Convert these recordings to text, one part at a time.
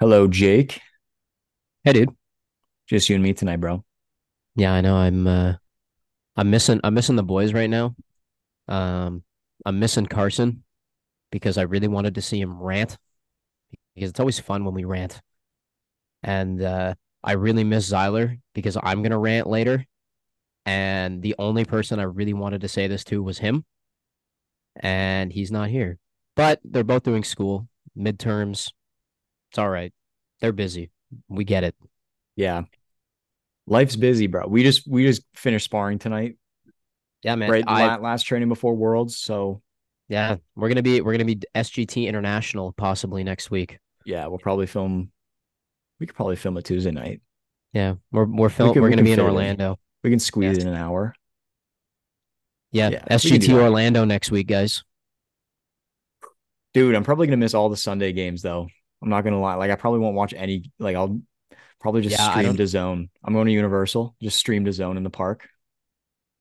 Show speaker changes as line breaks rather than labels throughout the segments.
Hello, Jake.
Hey, dude.
Just you and me tonight, bro.
Yeah, I know. I'm uh, I'm missing I'm missing the boys right now. Um, I'm missing Carson because I really wanted to see him rant because it's always fun when we rant. And uh, I really miss Zyler because I'm gonna rant later. And the only person I really wanted to say this to was him, and he's not here. But they're both doing school midterms. It's all right. They're busy. We get it.
Yeah. Life's busy, bro. We just we just finished sparring tonight,
Yeah, man.
right?
I
La- last training before Worlds, so
yeah, we're gonna be we're gonna be SGT International possibly next week.
yeah, we'll probably film. We could probably film a Tuesday night.
Yeah, we're we're film
could-
we're
we
gonna
could
be in
fit it in.
Orlando.
We can squeeze in an hour. Yeah,
Yeah,
we can do
SGT
that.
Orlando next week, guys.
Dude, I'm probably gonna miss all the Sunday games though. I'm not gonna lie. Like, I probably won't watch any. Like, I'll probably just
Yeah, I
stream
don't-
to Zone. I'm going to Universal. Just stream to Zone in the park.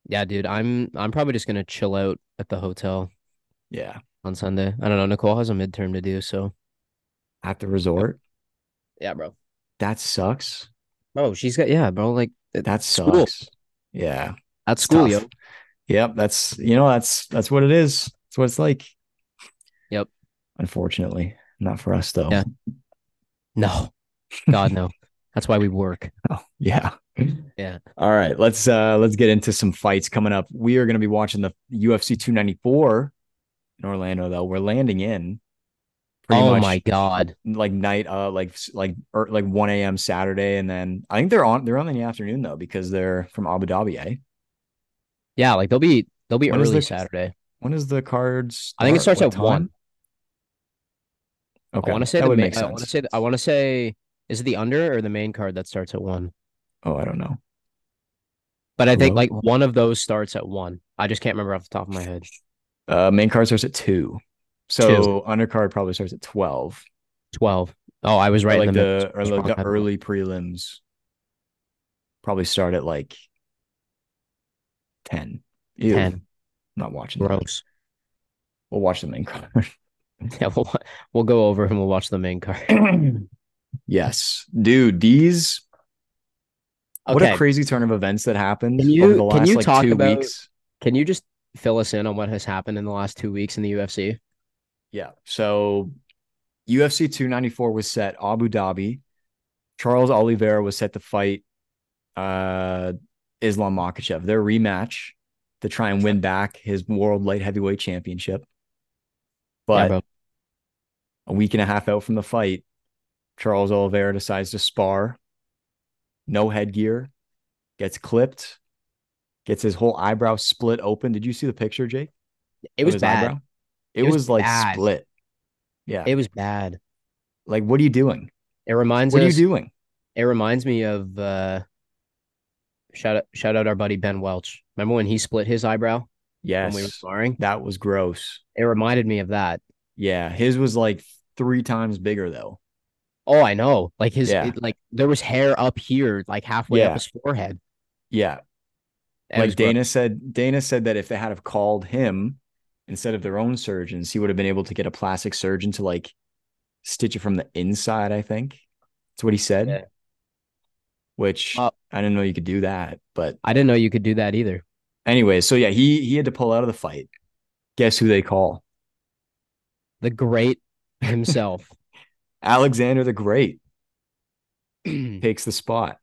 Yeah, dude, I'm I'm probably just gonna chill out at the hotel
Yeah,
on Sunday. I don't know. Nicole has a midterm to do, so
at the resort.
yeah, bro.
That sucks.
Oh, she's got yeah, bro. Like it-
That
School.
sucks. Yeah.
at
It's
school,
tough.
yo.
Yep, that's you know that's that's what it is. That's what it's like.
Yep.
Unfortunately, not for us though.
Yeah. No, God no. That's why we work.
Oh, yeah.
Yeah.
All right, let's uh let's get into some fights coming up. We are going to be watching the UFC 294 in Orlando though. We're landing in pretty
oh
much
my God.
like night uh like s- like or like 1 a.m. Saturday and then I think they're on they're on in the afternoon though because they're from Abu Dhabi, eh?
Yeah, like they'll be they'll be
When is
early
the-
Saturday.
When is the cards?
I think it starts at 1.
Okay.
I want to say
that
the
would
main,
make sense.
I want to say the- I want to say is it the under or the main card that starts at one?
oh, I don't know.
But I think
Hello?
like one of those starts at one. I just can't remember off the top of my head.
Uh, main card starts at two, so undercard probably starts at twelve.
Twelve. Oh, I was
Or
right
like
in the, middle.
the, or
Just
like
wrong
the
time.
early prelims probably start at like ten. Ew,
10.
I'm not watching. that.
Gross.
We'll watch the main card.
Yeah, we'll we'll go over and we'll watch the main card.
yes, dude. These what a
Okay.
crazy turn of events that happened
Can you-
over the
can
last
you
like
talk
two
about-
weeks.
Can you just fill us in on what has happened in the last two weeks in the UFC?
Yeah. So UFC 294 was set Abu Dhabi. Charles Oliveira was set to fight uh Islam Makachev. Their rematch to try and win back his world light heavyweight championship.
yeah,
But
bro.
a week and a half out from the fight, Charles Oliveira decides to spar, no headgear, gets clipped, gets his whole eyebrow split open. Did you see the picture, Jake?
it
of
was
his
bad.
eyebrow? It,
It was
was, like
bad.
split. Yeah.
It was bad.
like, what are you doing?
It reminds
What are you
us-
doing?
It reminds me of uh, shout out shout out our buddy Ben Welch. Remember when he split his eyebrow
Yes.
when we were sparring?
That was gross.
It reminded me of that.
Yeah. His was like three times bigger, though.
Oh, I know. Like his,
Yeah.
it- like there was hair up here, like halfway
Yeah.
up his forehead.
Yeah.
It was
like
gross.
Dana said, Dana said that if they had have called him instead of their own surgeons, he would have been able to get a plastic surgeon to like stitch it from the inside, I think. That's what he said.
Yeah.
Which
Uh,
I didn't know you could do that. But
I didn't know you could do that either.
anyway, so yeah, he he had to pull out of the fight. Guess who they call?
The great himself.
Alexander the Great
um,
takes the spot.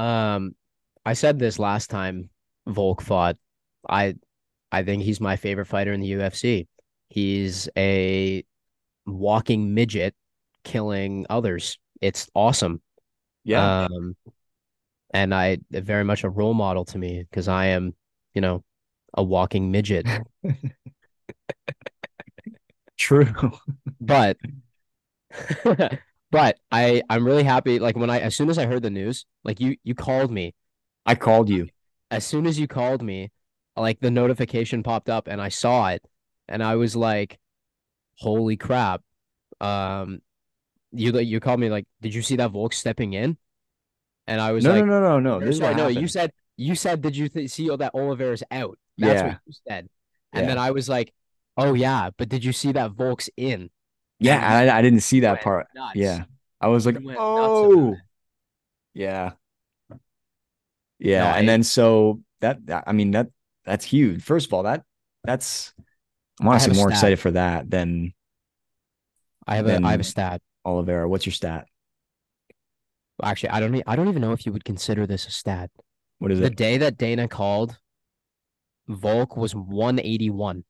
I said this last time Volk fought. I, I think he's my favorite fighter in the UFC. He's a walking midget killing others. It's awesome.
Yeah.
Um, and I very much a role model to me because I am, you know, a walking midget.
True.
but but I I'm really happy. Like when I as soon as I heard the news, like you you called me.
I called you.
As soon as you called me, like the notification popped up and I saw it, and I was like, "Holy crap!" Um, you like you called me like, "Did you see that Volk stepping in?" And I was
No,
like,
no, no, no, no.
or
This is
sorry,
what
no, you
happened.
said you said did you th- see all that Oliveira's out? That's
Yeah.
what you said. And then I was like, "Oh yeah, but did you see that Volk's in?"
Yeah, I, I didn't see that
Went
part.
nuts.
Yeah, I was like,
He went nuts about
oh,
it.
yeah, yeah.
No,
and
I-
then so that, that- I mean that that's huge. First of all, that that's I'm
I have
honestly
a
more
stat.
excited for that than
I have a I have
then-
a stat.
Oliveira. What's your stat?
Actually, I don't e- I don't even know if you would consider this a stat.
What is
The
it?
day that Dana called, Volk was 181.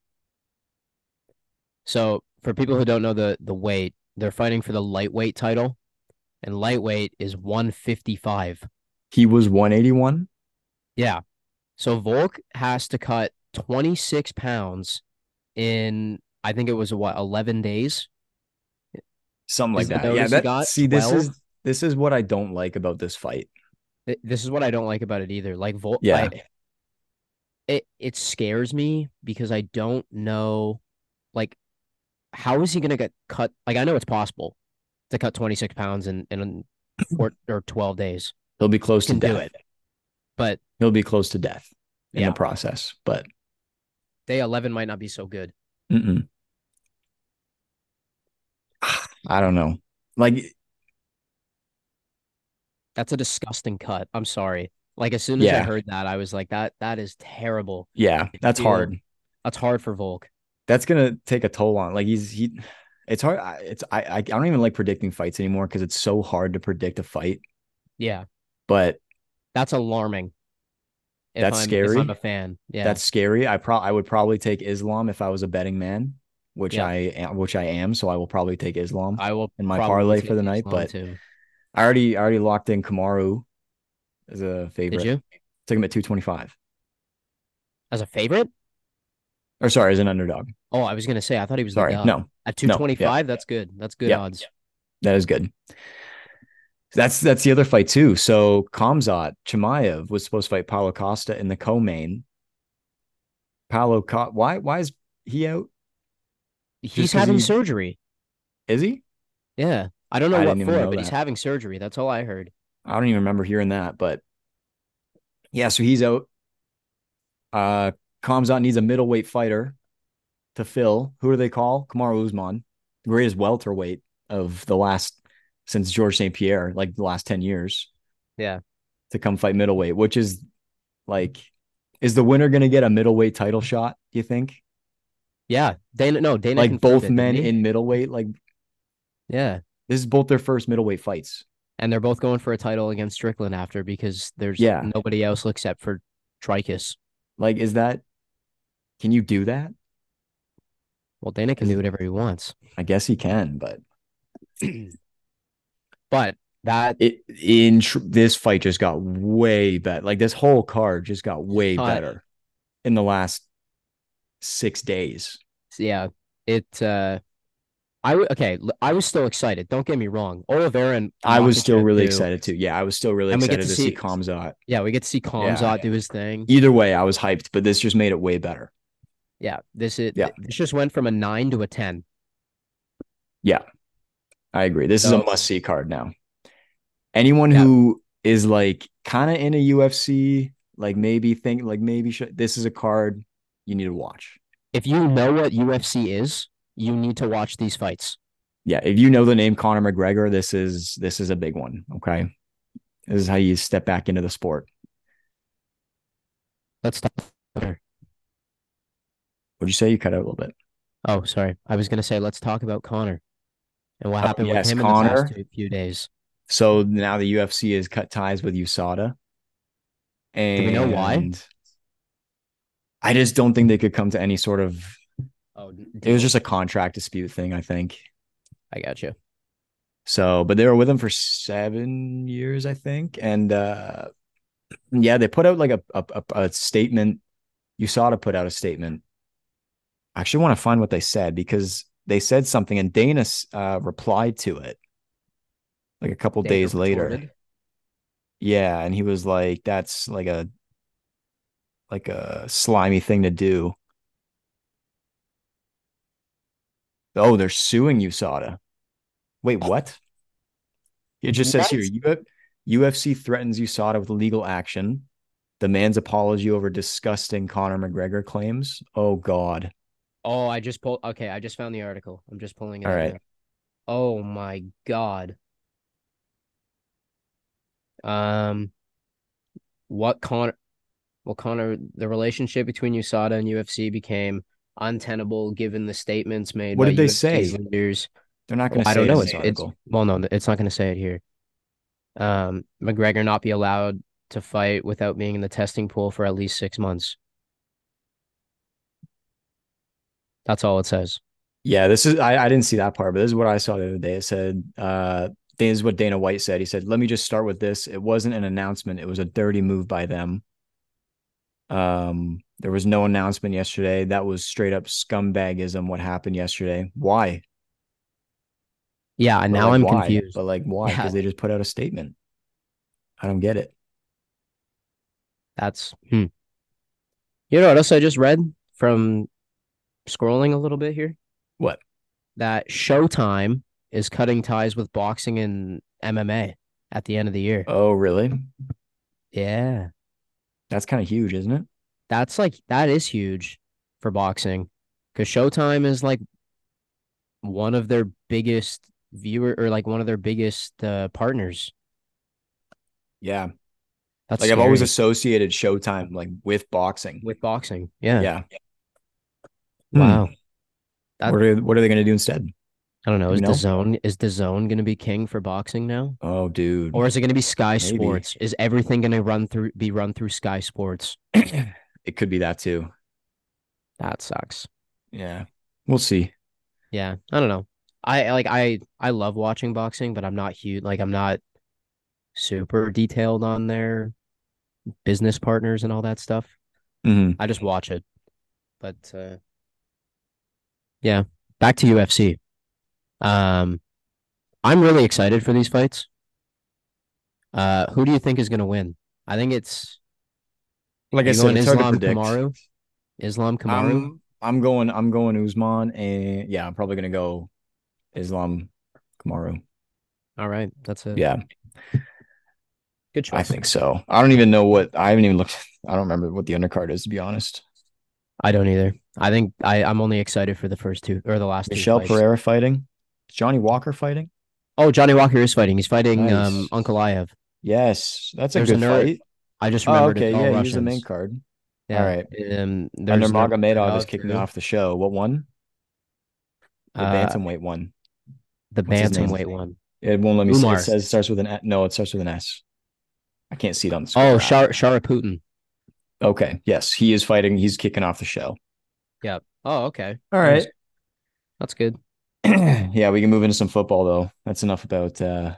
So for people who don't know the the weight, they're fighting for the lightweight title, and lightweight is 155.
He was 181.
Yeah. So Volk has to cut 26 pounds in I think it was what 11 days.
something
Is
like
the
that. Yeah,
notice he
that,
got
see, this
12?
is this is what I don't like about this fight.
Th- This is what I don't like about it either. Like Volk,
Yeah.
I- it it scares me because I don't know, like, how is he gonna get cut? Like I know it's possible to cut 26 pounds in in or, or 12 days.
He'll be close to
Can do
death.
it, but
He'll be close to death in
Yeah.
the process, but
day 11 might not be so good.
mm-mm. I don't know. Like,
That's a disgusting cut. I'm sorry. Like as soon as I
Yeah.
heard that, I was like, that that is terrible.
yeah, that's
Dude.
hard.
That's hard for Volk.
That's gonna take a toll on. Like, he's he. It's hard. I- It's I. I I don't even like predicting fights anymore because it's so hard to predict a fight.
Yeah,
But
that's alarming. If
That's
I'm, If
scary.
I'm a fan, yeah,
that's scary. I pro I would probably take Islam if I was a betting man, which
Yeah.
I am, which I am. So I will probably take Islam.
I will
in my
probably
parlay
take
for the night,
Islam
but
too.
I already I already locked in Kamaru as a
did
favorite.
you
Took him at 225.
as a favorite?
Or sorry, as an underdog.
Oh, I was gonna say I thought he was
Sorry.
the dog.
No,
at
no, yeah.
225. That's good. That's good
Yeah.
odds.
that is good. That's that's the other fight too. So Kamzat Chimaev was supposed to fight Paulo Costa in the co-main. Paulo Costa, why why is he out?
He's
'cause
having
he-
surgery.
Is he?
Yeah, I don't know
I
what
didn't
for,
even know
but he's
that.
having surgery. That's all I heard.
I don't even remember hearing that, but yeah, so he's out. Uh Kamzat needs a middleweight fighter to fill. Who do they call? Kamaru Usman, the greatest welterweight of the last since George St. Pierre, like the last 10 years.
Yeah.
To come fight middleweight, which is like is the winner gonna get a middleweight title shot, you think?
Yeah, Dana. No, Dana.
like
confirmed it,
both
didn't
men
he?
in middleweight, like
Yeah,
this is both their first middleweight fights.
and they're both going for a title against Strickland after because there's
Yeah.
nobody else except for Tricus.
Like, is that can you do that?
Well, Dana can
Is-
do whatever he wants,
I guess he can, but
but that
it in tr- this fight just got way better. Like this whole card just got way
Uh,
better in the last six days.
yeah, it. uh I w- okay. l- I was still excited. Don't get me wrong. Oliveira and
I was
Makachev
still really
do-
excited too. Yeah, I was still really
And we get
excited to
to
see
see-
Kamzat.
Yeah, we get to see Kamzat do his thing.
Either way, I was hyped, but this just made it way better.
Yeah, this is.
Yeah.
this just went from a nine to a ten.
I agree. This is
So-
a must see card now. Anyone
Yeah.
who is like kind of in a UFC, like maybe think like maybe should, this is a card you need to watch.
If you know what UFC is, you need to watch these fights.
Yeah, if you know the name Conor McGregor, this is this is a big one. Okay, this is how you step back into the sport.
Let's talk.
Would you say you cut out a little bit?
Oh, sorry. I was gonna say let's talk about Connor and what
Oh,
happened
yes,
with him in the
Conor.
past two, few days.
So now the UFC has cut ties with USADA. And
we know why?
I just don't think they could come to any sort of
Oh,
it was just a contract dispute thing, I think.
I got you.
So, but they were with him for seven years, I think. And uh yeah, they put out like a a, a, a statement. USADA put out a statement. I actually want to find what they said because they said something and Dana uh, replied to it like a couple
Dana
days later.
retorted.
Yeah, and he was like, "That's like a like a slimy thing to do." Oh, they're suing USADA. Wait,
Oh.
what? It just says here, "U- UFC threatens USADA with legal action, demands apology over disgusting Conor McGregor claims. Oh God.
Oh, I just pulled. Okay, I just found the article. I'm just pulling it.
All
up
right.
now. Oh my god. Um, what Connor, well Connor, the relationship between USADA and UFC became untenable given the statements made.
What
by
did they
UFC's
say?
leaders.
They're not going to
I
say
don't
it in
know. It's,
this
it's
article.
well, no, it's not going to say it here. Um, McGregor not be allowed to fight without being in the testing pool for at least six months. That's all it says.
Yeah, this is I, I didn't see that part, but this is what I saw the other day. It said uh this is what Dana White said. He said, Let me just start with this. It wasn't an announcement, it was a dirty move by them. Um, there was no announcement yesterday. That was straight up scumbagism what happened yesterday. Why?
Yeah, and
But,
now
like,
I'm
why?
confused.
But like why? Because
Yeah.
they just put out a statement. I don't get it.
That's hmm. You know what else I just read from scrolling a little bit here?
What?
That Showtime is cutting ties with boxing and MMA at the end of the year.
Oh, really?
Yeah.
That's kind of huge, isn't it?
That's like that is huge for boxing cuz Showtime is like one of their biggest viewer or like one of their biggest uh, partners.
Yeah. Like
That's
I've always
scary.
associated Showtime like with boxing.
with boxing. Yeah.
yeah. Hmm.
Wow. That-
What are what are they gonna do instead?
I don't know.
You
Is
know?
the zone is the zone going to be king for boxing now?
Oh, dude.
Or is it going to be Sky
Maybe.
Sports? Is everything going to run through be run through Sky Sports?
it could be that too.
That sucks.
Yeah. We'll see.
Yeah, I don't know. I like I I love watching boxing, but I'm not huge. Like I'm not super detailed on their business partners and all that stuff.
Mhm.
I just watch it. But uh yeah, back to UFC. Um I'm really excited for these fights. Uh who do you think is going to win? I think it's
Like I
you
said,
going
it's hard to
Islam
predict. Um,
Kamaru. Islam Kamaru.
I'm, I'm going I'm going Usman and yeah, I'm probably gonna go Islam Kamaru.
All right, that's a
Yeah,
good
I
choice.
think so. I don't even know what I haven't even looked I don't remember what the undercard is to be honest.
I don't either. I think I I'm only excited for the first two or the last
Michelle
two. fights.
Pereira fighting. Is Johnny Walker fighting?
Oh, Johnny Walker is fighting. He's fighting
Nice.
um Uncle Iev.
Yes. That's a
There's
good
another-
fight.
I just
Oh,
remembered
okay.
it's all
Yeah,
Russians.
he's the main card.
Yeah.
Alright.
Um,
Under
there's Nur-
Magomedov is
Nurmagomedov
kicking
too.
off the show. What one? The
Uh,
bantamweight one.
the
What's his name?
bantamweight one.
It won't let me. See. It
Umar.
says it starts with an S. No, it starts with an S. I can't see it on the screen.
Oh,
right?
Shar Sharaputin.
Okay. Yes, he is fighting. He's kicking off the show.
Yep. Oh, okay.
All
right. That's good.
yeah, we can move into some football though. That's enough about uh,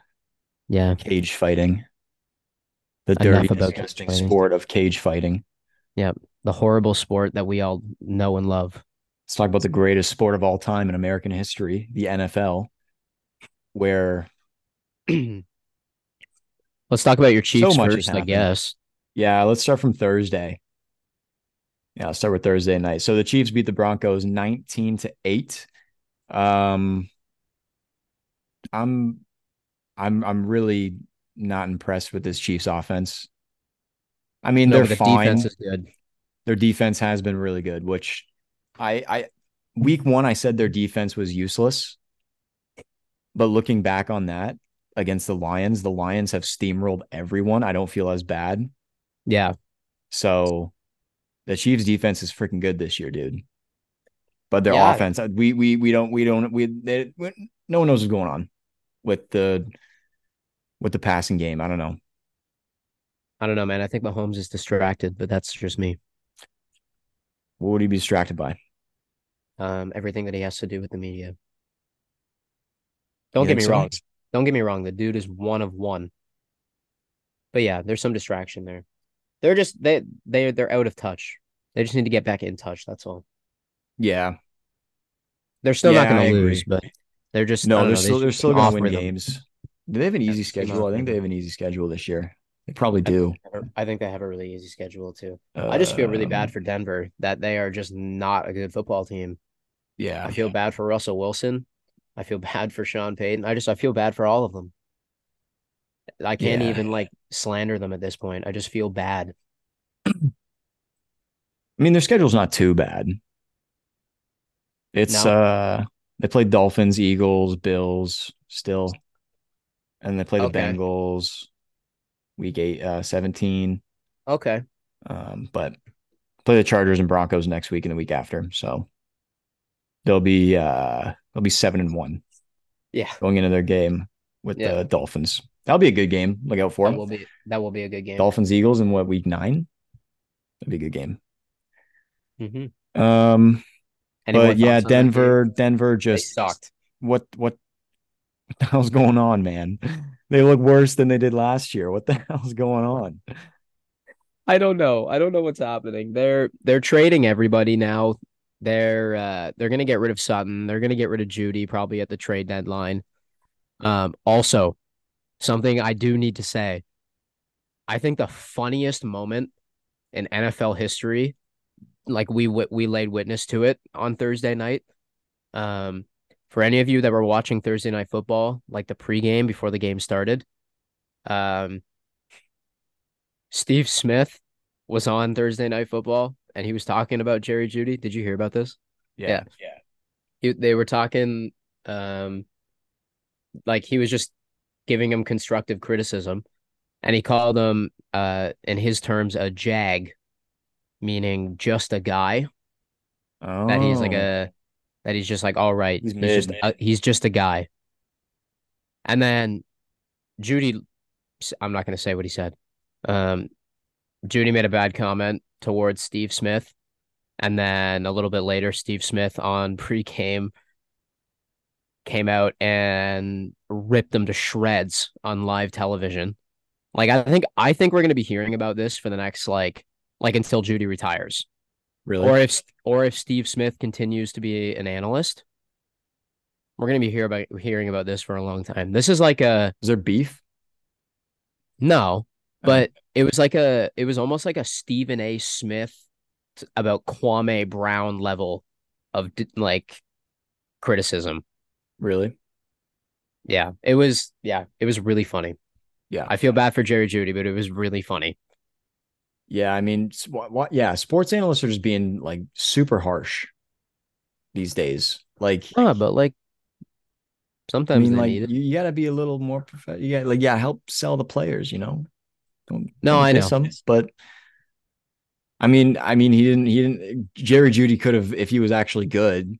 Yeah.
cage fighting. The
Enough
dirty,
about cage
disgusting
fighting.
sport of cage fighting.
The horrible sport that we all know and love.
Let's talk about the greatest sport of all time in American history, the NFL, where
Let's talk about your Chiefs
much has
first, I
happened.
guess.
Yeah, let's start from Thursday. Yeah, let's start with Thursday night. So the Chiefs beat the Broncos 19 to 8. Um I'm I'm I'm really not impressed with this Chiefs offense. I mean,
No,
they're
the
fine.
defense is good.
Their defense has been really good, which I I week 1 I said their defense was useless. But looking back on that against the Lions, the Lions have steamrolled everyone. I don't feel as bad.
Yeah.
So the Chiefs defense is freaking good this year, dude. But their
Yeah.
offense, uh, we we we don't we don't we, they, we no one knows what's going on with the with the passing game. I don't know.
I don't know, man. I think Mahomes is distracted, but that's just me.
What would he be distracted by?
Um, everything that he has to do with the media. Don't
You
get
think
me
so?
wrong. Don't get me wrong. The dude is one of one. But yeah, there's some distraction there. They're just they they they're out of touch. They just need to get back in touch. That's all.
Yeah.
They're still
Yeah,
not going
I
to
agree.
lose, but they're just I
No,
don't
they're
know, they
still
just
they're
came
still gonna
off
win
rhythm.
games. Do they have an easy
just came
schedule?
off
I think they have
rhythm.
an easy schedule this year. They probably do.
I think they have a really easy schedule too. I just feel really
Um,
bad for Denver that they are just not a good football team. I
Yeah.
feel bad for Russell Wilson. I feel bad for Sean Payton. I just I feel bad for all of them. I can't
Yeah.
even like slander them at this point. I just feel bad.
I mean, their schedule's not too bad. It's
No.
uh They play Dolphins, Eagles, Bills still, and they play the
Okay.
Bengals week eight, uh, seventeen.
Okay.
Um, but play the Chargers and Broncos next week and the week after. So they'll be uh they'll be seven and one
Yeah.
going into their game with
Yeah.
the Dolphins. That'll be a good game. Look out for
That
'em.
will be that will be a good game.
Dolphins Eagles in what week nine? That'd be a good game.
Mm-hmm.
Um, but yeah, Denver, Denver
they
just
sucked.
what what what the hell's going on, man? They look worse than they did last year. What the hell's going on?
I don't know. I don't know what's happening. They're they're trading everybody now. They're uh they're gonna get rid of Sutton. They're gonna get rid of Judy probably at the trade deadline. Um also something I do need to say. I think the funniest moment in NFL history, like we wit- we laid witness to it on Thursday night. Um for any of you that were watching Thursday night football, like the pregame before the game started, um Steve Smith was on Thursday Night Football and he was talking about Jerry Judy. Did you hear about this? Yeah.
yeah.
He, they were talking, um, like he was just giving him constructive criticism, and he called him, uh, in his terms, a jag, meaning just a guy.
Oh,
That he's like a, that he's just like all right.
He's
he's just
mid.
a, he's just a guy. And then Judy, s- I'm not going to say what he said. Um, Judy made a bad comment towards Steve Smith, and then a little bit later, Steve Smith on pre-game came out and ripped them to shreds on live television. Like I think I think we're going to be hearing about this for the next like like until Judy retires
really.
or if or if Steve Smith continues to be an analyst, we're gonna be hear about hearing about this for a long time. This is like a
Is there beef?
no,
Oh.
but it was like a it was almost like a Stephen A. Smith t- about Kwame Brown level of d- like criticism.
Really?
Yeah, it was yeah, it was really funny.
Yeah.
I feel bad for Jerry Judy, but it was really funny.
Yeah, I mean, s- wha- wha- yeah, sports analysts are just being like super harsh these days. Like,
Ah, but like
I
sometimes
mean,
they
like
need
you,
it.
you gotta be a little more professional. You got like, yeah, help sell the players, you know. Don't,
No,
don't
I
piss
know.
'em, but I mean, I mean, he didn't, he didn't. Jerry Judy could have, if he was actually good,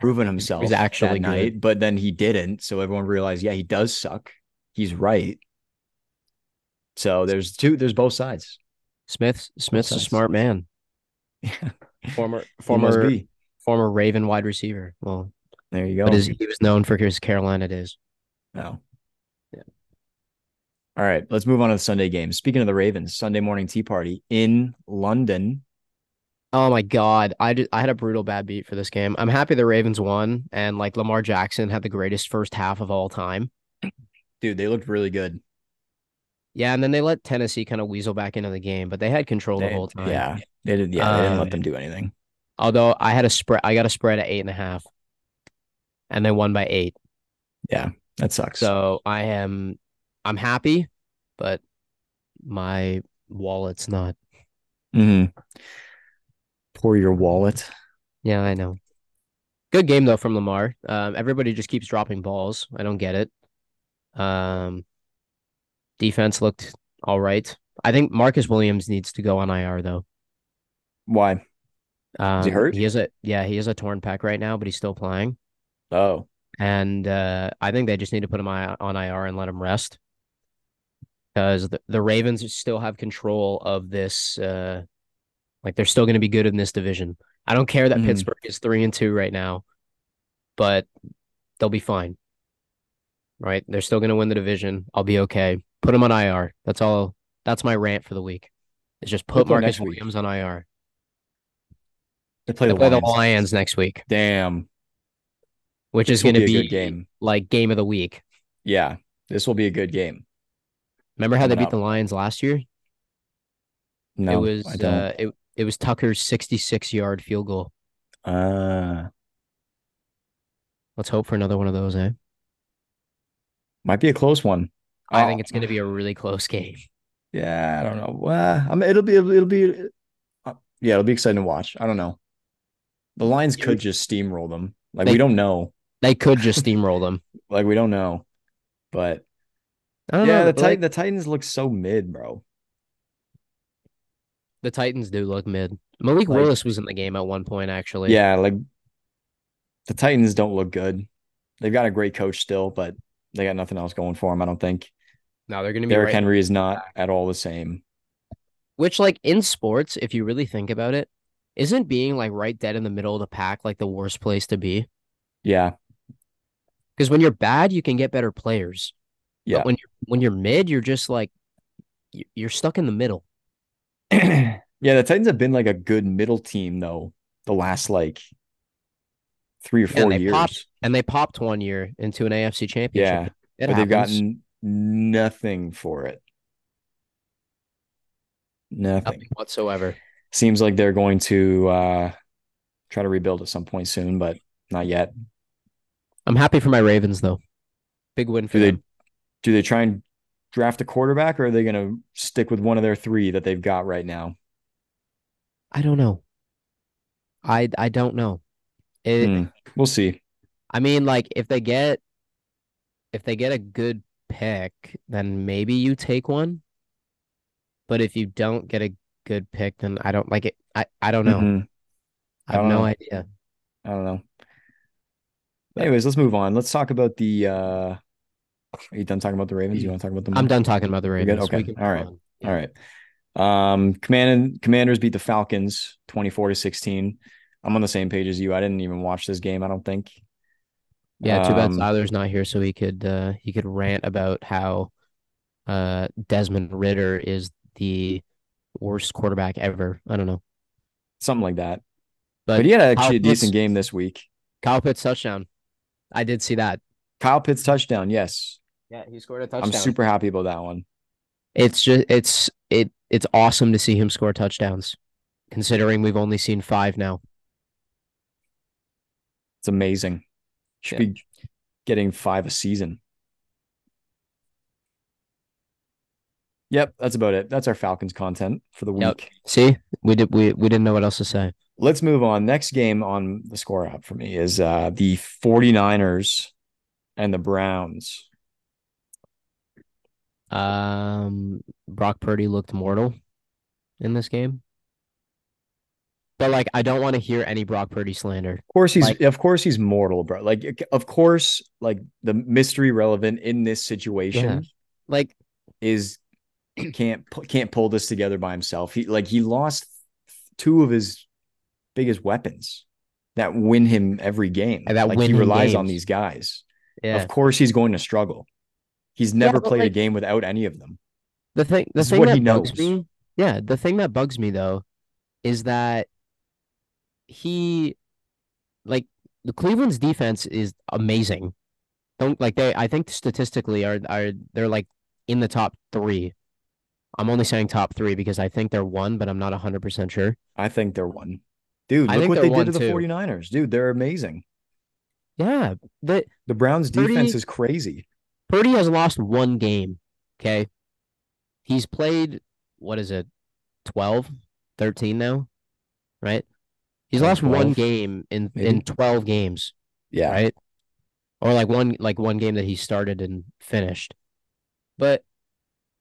proven himself that
actually good.
night, but then he didn't. So everyone realized, yeah, he does suck. He's right. So there's two, there's both sides.
Smith Smith's a
sides.
smart man.
Yeah,
Former
he must
former
be.
former Raven wide receiver. Well,
There you go.
but his, he was known for his Carolina days.
No.
Yeah.
All right, let's move on to the Sunday game. Speaking of the Ravens, Sunday morning tea party in London.
Oh my God, I did, I had a brutal bad beat for this game. I'm happy the Ravens won, and like Lamar Jackson had the greatest first half of all time.
Dude, they looked really good.
Yeah, and then they let Tennessee kind of weasel back into the game, but they had control
They-
the whole time.
Yeah, they didn't. Yeah, they didn't
Um,
let them do anything.
Although I had a spread, I got a spread at eight and a half, and they won by eight.
That sucks.
So I am, I'm happy, but my wallet's not.
Mhm. Pour your wallet.
Yeah, I know. Good game though from Lamar. Um, everybody just keeps dropping balls. I don't get it. Um, defense looked all right. I think Marcus Williams needs to go on IR though.
Why?
Um,
he hurt?
He is a yeah, he is a torn pec right now, but he's still playing.
Oh,
And uh, I think they just need to put him I- on IR and let him rest because the, the Ravens still have control of this. Uh, like they're still going to be good in this division. I don't care that
Mhm.
Pittsburgh is three and two right now, but they'll be fine. Right? They're still going to win the division. I'll be okay. Put them on IR. That's all. That's my rant for the week. Is just put
Put them
Marcus
next week.
Williams on IR.
they play
They
the
play the
Lions.
Lions next week,
Damn,
which
this
is
will
going to
a
be
good game.
like game of the week.
Yeah, this will be a good game.
Remember how they
Coming
beat
up.
the Lions last year?
No,
it was
I don't.
uh, it it was Tucker's 66 yard field goal.
Uh,
Let's hope for another one of those, eh?
might be a close one.
I
Oh,
think it's going to be a really close game.
Yeah, I don't know. Well, I mean, it'll be it'll, it'll be uh, yeah, it'll be exciting to watch. I don't know. The Lions could just steamroll them, Like
They-
we don't know.
They could just steamroll them.
Like we don't know. But
I don't
yeah,
know.
the
but, like,
Titan, the Titans look so mid, bro.
the Titans do look mid. Malik
Like-
Willis was in the game at one point, actually.
yeah, like the Titans don't look good. They've got a great coach still, but they got nothing else going for them. I don't think
No, they're gonna be
Derrick
right.
Henry is not at all the same.
Which, like in sports, if you really think about it, isn't being like right dead in the middle of the pack like the worst place to be?
Yeah,
Because when you're bad, you can get better players.
Yeah.
But when you're when you're mid, you're just like y- you're stuck in the middle.
yeah. The Titans have been like a good middle team though the last like three or
Yeah,
four
they
years.
popped And they popped one year into an AFC
yeah,
championship. It
but they've
happens.
gotten nothing for it. Nothing.
nothing whatsoever.
Seems like they're going to uh try to rebuild at some point soon, but not yet.
I'm happy for my Ravens though. Big win for
Do they-
them.
do they try and draft a quarterback or are they going to stick with one of their three that they've got right now?
I don't know. I I don't know. It,
Hmm. We'll see.
I mean, like if they get if they get a good pick, then maybe you take one. But if you don't get a good pick, then I don't like it. I I don't know.
Mhm.
I have
I don't
no
know.
idea.
I don't know. Anyways, let's move on. Let's talk about the. uh Are you done talking about the Ravens? You want to talk about them?
I'm done talking about the
good?
Ravens.
Okay.
move
All right.
on.
All right. Um, command commanders beat the Falcons 24 to 16. I'm on the same page as you. I didn't even watch this game. I don't think.
Yeah, too bad
Um,
Tyler's not here so he could uh he could rant about how uh Desmond Ritter is the worst quarterback ever. I don't know.
something like that.
But
But, he had actually a
Kyle Pitts-
decent game this week.
Kyle Pitts touchdown. I did see that.
Kyle Pitts touchdown. Yes,
Yeah, he scored a
I'm
touchdown.
super happy about that one.
It's just it's it it's awesome to see him score touchdowns, considering we've only seen five now.
It's amazing. Should
Yeah.
be getting five a season. Yep, that's about it. That's our Falcons content for the week.
Yep. See, we did we we didn't know what else to say.
Let's move on. Next game on the score app for me is uh, the 49ers and the Browns.
Um, Brock Purdy looked mortal in this game, but like I don't want to hear any Brock Purdy slander.
Of course he's
Like-
of course he's mortal, bro. Like of course, like the mystery relevant in this situation
Like
is can't pu- can't pull this together by himself. He like he lost two of his biggest weapons that win him every game.
And that
like
win
he
him
relies on
games.
these guys.
yeah,
Of course he's going to struggle. He's never
but,
played a
like-
game without any of them.
the thing the
this is
thing
what
that
he
bugs
knows.
me, yeah, the thing that bugs me though is that he, like the Cleveland's defense is amazing. Don't like they. I think statistically are are they're like in the top three. I'm only saying top three because I think they're one, but I'm not hundred percent sure.
I think they're one. Dude,
I
look
think
what
they're
they
one,
did to the
too.
49ers. Dude, they're amazing.
Yeah, that
The Browns
Purdy-
defense is crazy.
Purdy has lost one game. Okay. He's played, what is it, 12, 13 now? Right? He's
Like
lost one
12,
game in,
maybe?
in 12 games,
Yeah.
right? Or like one like one game that he started and finished. But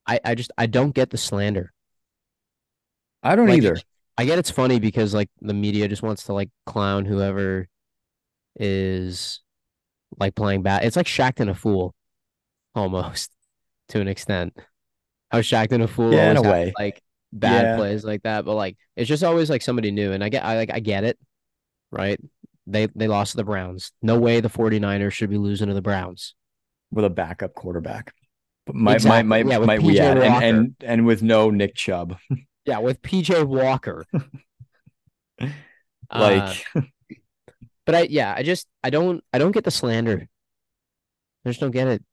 I, I just I don't get the slander.
I don't
Like,
either.
I get it's funny because like the media just wants to like clown whoever is like playing bad. It's like Shaq and a fool, almost to an extent. How Shaq and a fool
Yeah, in
always
a
have,
way.
like bad
Yeah.
plays like that, but like it's just always like somebody new. And I get I like I get it, right? They they lost to the Browns. No way the 49ers should be losing to the Browns.
With a backup quarterback. But might
Exactly.
might might,
Yeah, with
might we
PJ
add and,
Walker.
and and with no Nick Chubb.
Yeah, with PJ Walker.
Like
Uh, but I yeah, I just I don't I don't get the slander. I just don't get it.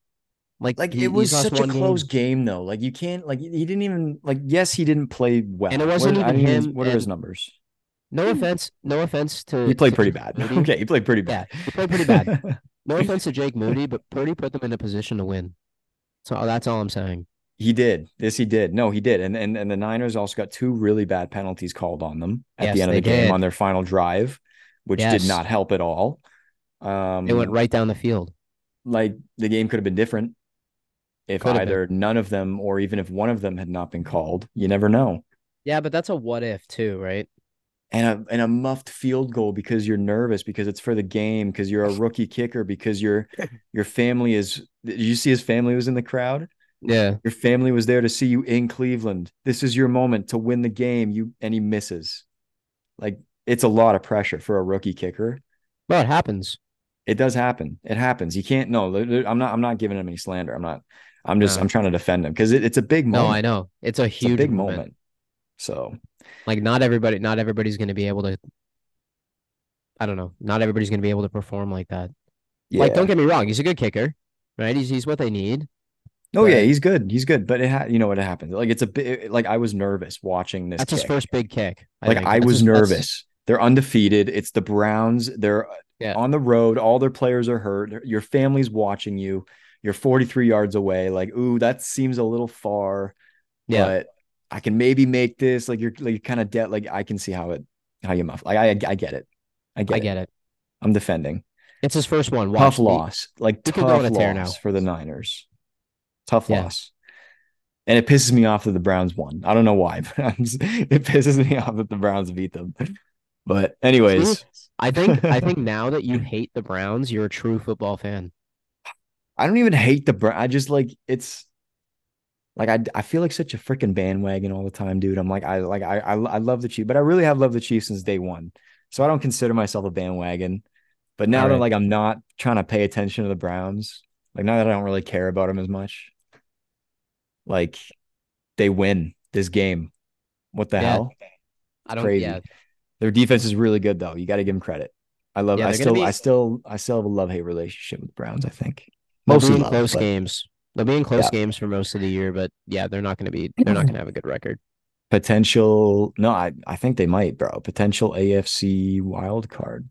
Like
Like
he-
it
he's
was
lost
such a
one game.
close game. though. Like you can't like he didn't even like yes he didn't play well.
And it wasn't
what, I
even
didn't-
him
What are his
and-
numbers?
No offense, no offense to
He played
to
pretty
Jake
bad.
Moody.
okay, he played pretty bad.
Yeah, he played pretty bad. No offense to Jake Moody, but Purdy put them in a position to win. So oh, that's all I'm saying.
he did. This he did. No, he did. And and and the Niners also got two really bad penalties called on them at
Yes,
the end of
they
the game
did.
on their final drive, which
Yes.
did not help at all. Um,
They went right down the field.
like the game could have been different if
Could have been.
either none of them or even if one of them had not been called. You never know.
Yeah, but that's a what if too, right?
And a and a muffed field goal because you're nervous because it's for the game because you're a rookie kicker because your your family is. Did you see his family was in the crowd?
Yeah.
Your family was there to see you in Cleveland. This is your moment to win the game. You and he misses. Like it's a lot of pressure for a rookie kicker.
Well, it happens.
It does happen. It happens. You can't. No, there- there- I'm not. I'm not giving him any slander. I'm not. I'm just.
No.
I'm trying to defend him because it, it's a big moment.
No, I know. It's a
It's a
huge
big moment. So
Like not everybody not everybody's gonna be able to I don't know. Not everybody's gonna be able to perform like that.
yeah.
Like don't get me wrong, he's a good kicker, right? He's he's what they need.
oh yeah,
but-
he's good. He's good. But it ha- you know what it happened. Like it's a bit. Like I was nervous watching this.
That's his
kick.
first big kick.
like
think.
I
That's
was
his- that's-
nervous. They're undefeated. It's the Browns. They're
Yeah.
on the road. All their players are hurt. Your family's watching you. You're 43 yards away. Like, ooh, that seems a little far.
Yeah.
But I can maybe make this. Like you're like kind of dead. Like I can see how it how you muff. Like I I get it. I get,
I
it.
get it.
I'm defending.
It's his first one. Watch
tough
the-
loss. Like
we
tough
could go on
loss
a tear now.
for the Niners. Tough
Yeah.
loss. And it pisses me off that the Browns won. I don't know why, but I'm just- it pisses me off that the Browns beat them. But anyways,
I think I think now that you hate the Browns, you're a true football fan.
I don't even hate the Browns. I just like it's like I I feel like such a freaking bandwagon all the time, dude. I'm like I like I I, I love the Chiefs, but I really have loved the Chiefs since day one. So I don't consider myself a bandwagon. But now that
Alright.
like I'm not trying to pay attention to the Browns, like now that I don't really care about them as much, like they win this game. What the
Yeah.
hell?
I don't
Crazy.
yeah.
Their defense is really good though. You got to give them credit. I love.
Yeah,
I
they're gonna
still.
be-
I still. I still have a love hate relationship with the Browns. I think
They'll be
mostly
in
love,
close
but-
games. They'll be in close
Yeah.
games for most of the year, but yeah, they're not gonna be they're not gonna have a good record.
potential no i i think they might bro potential afc wild card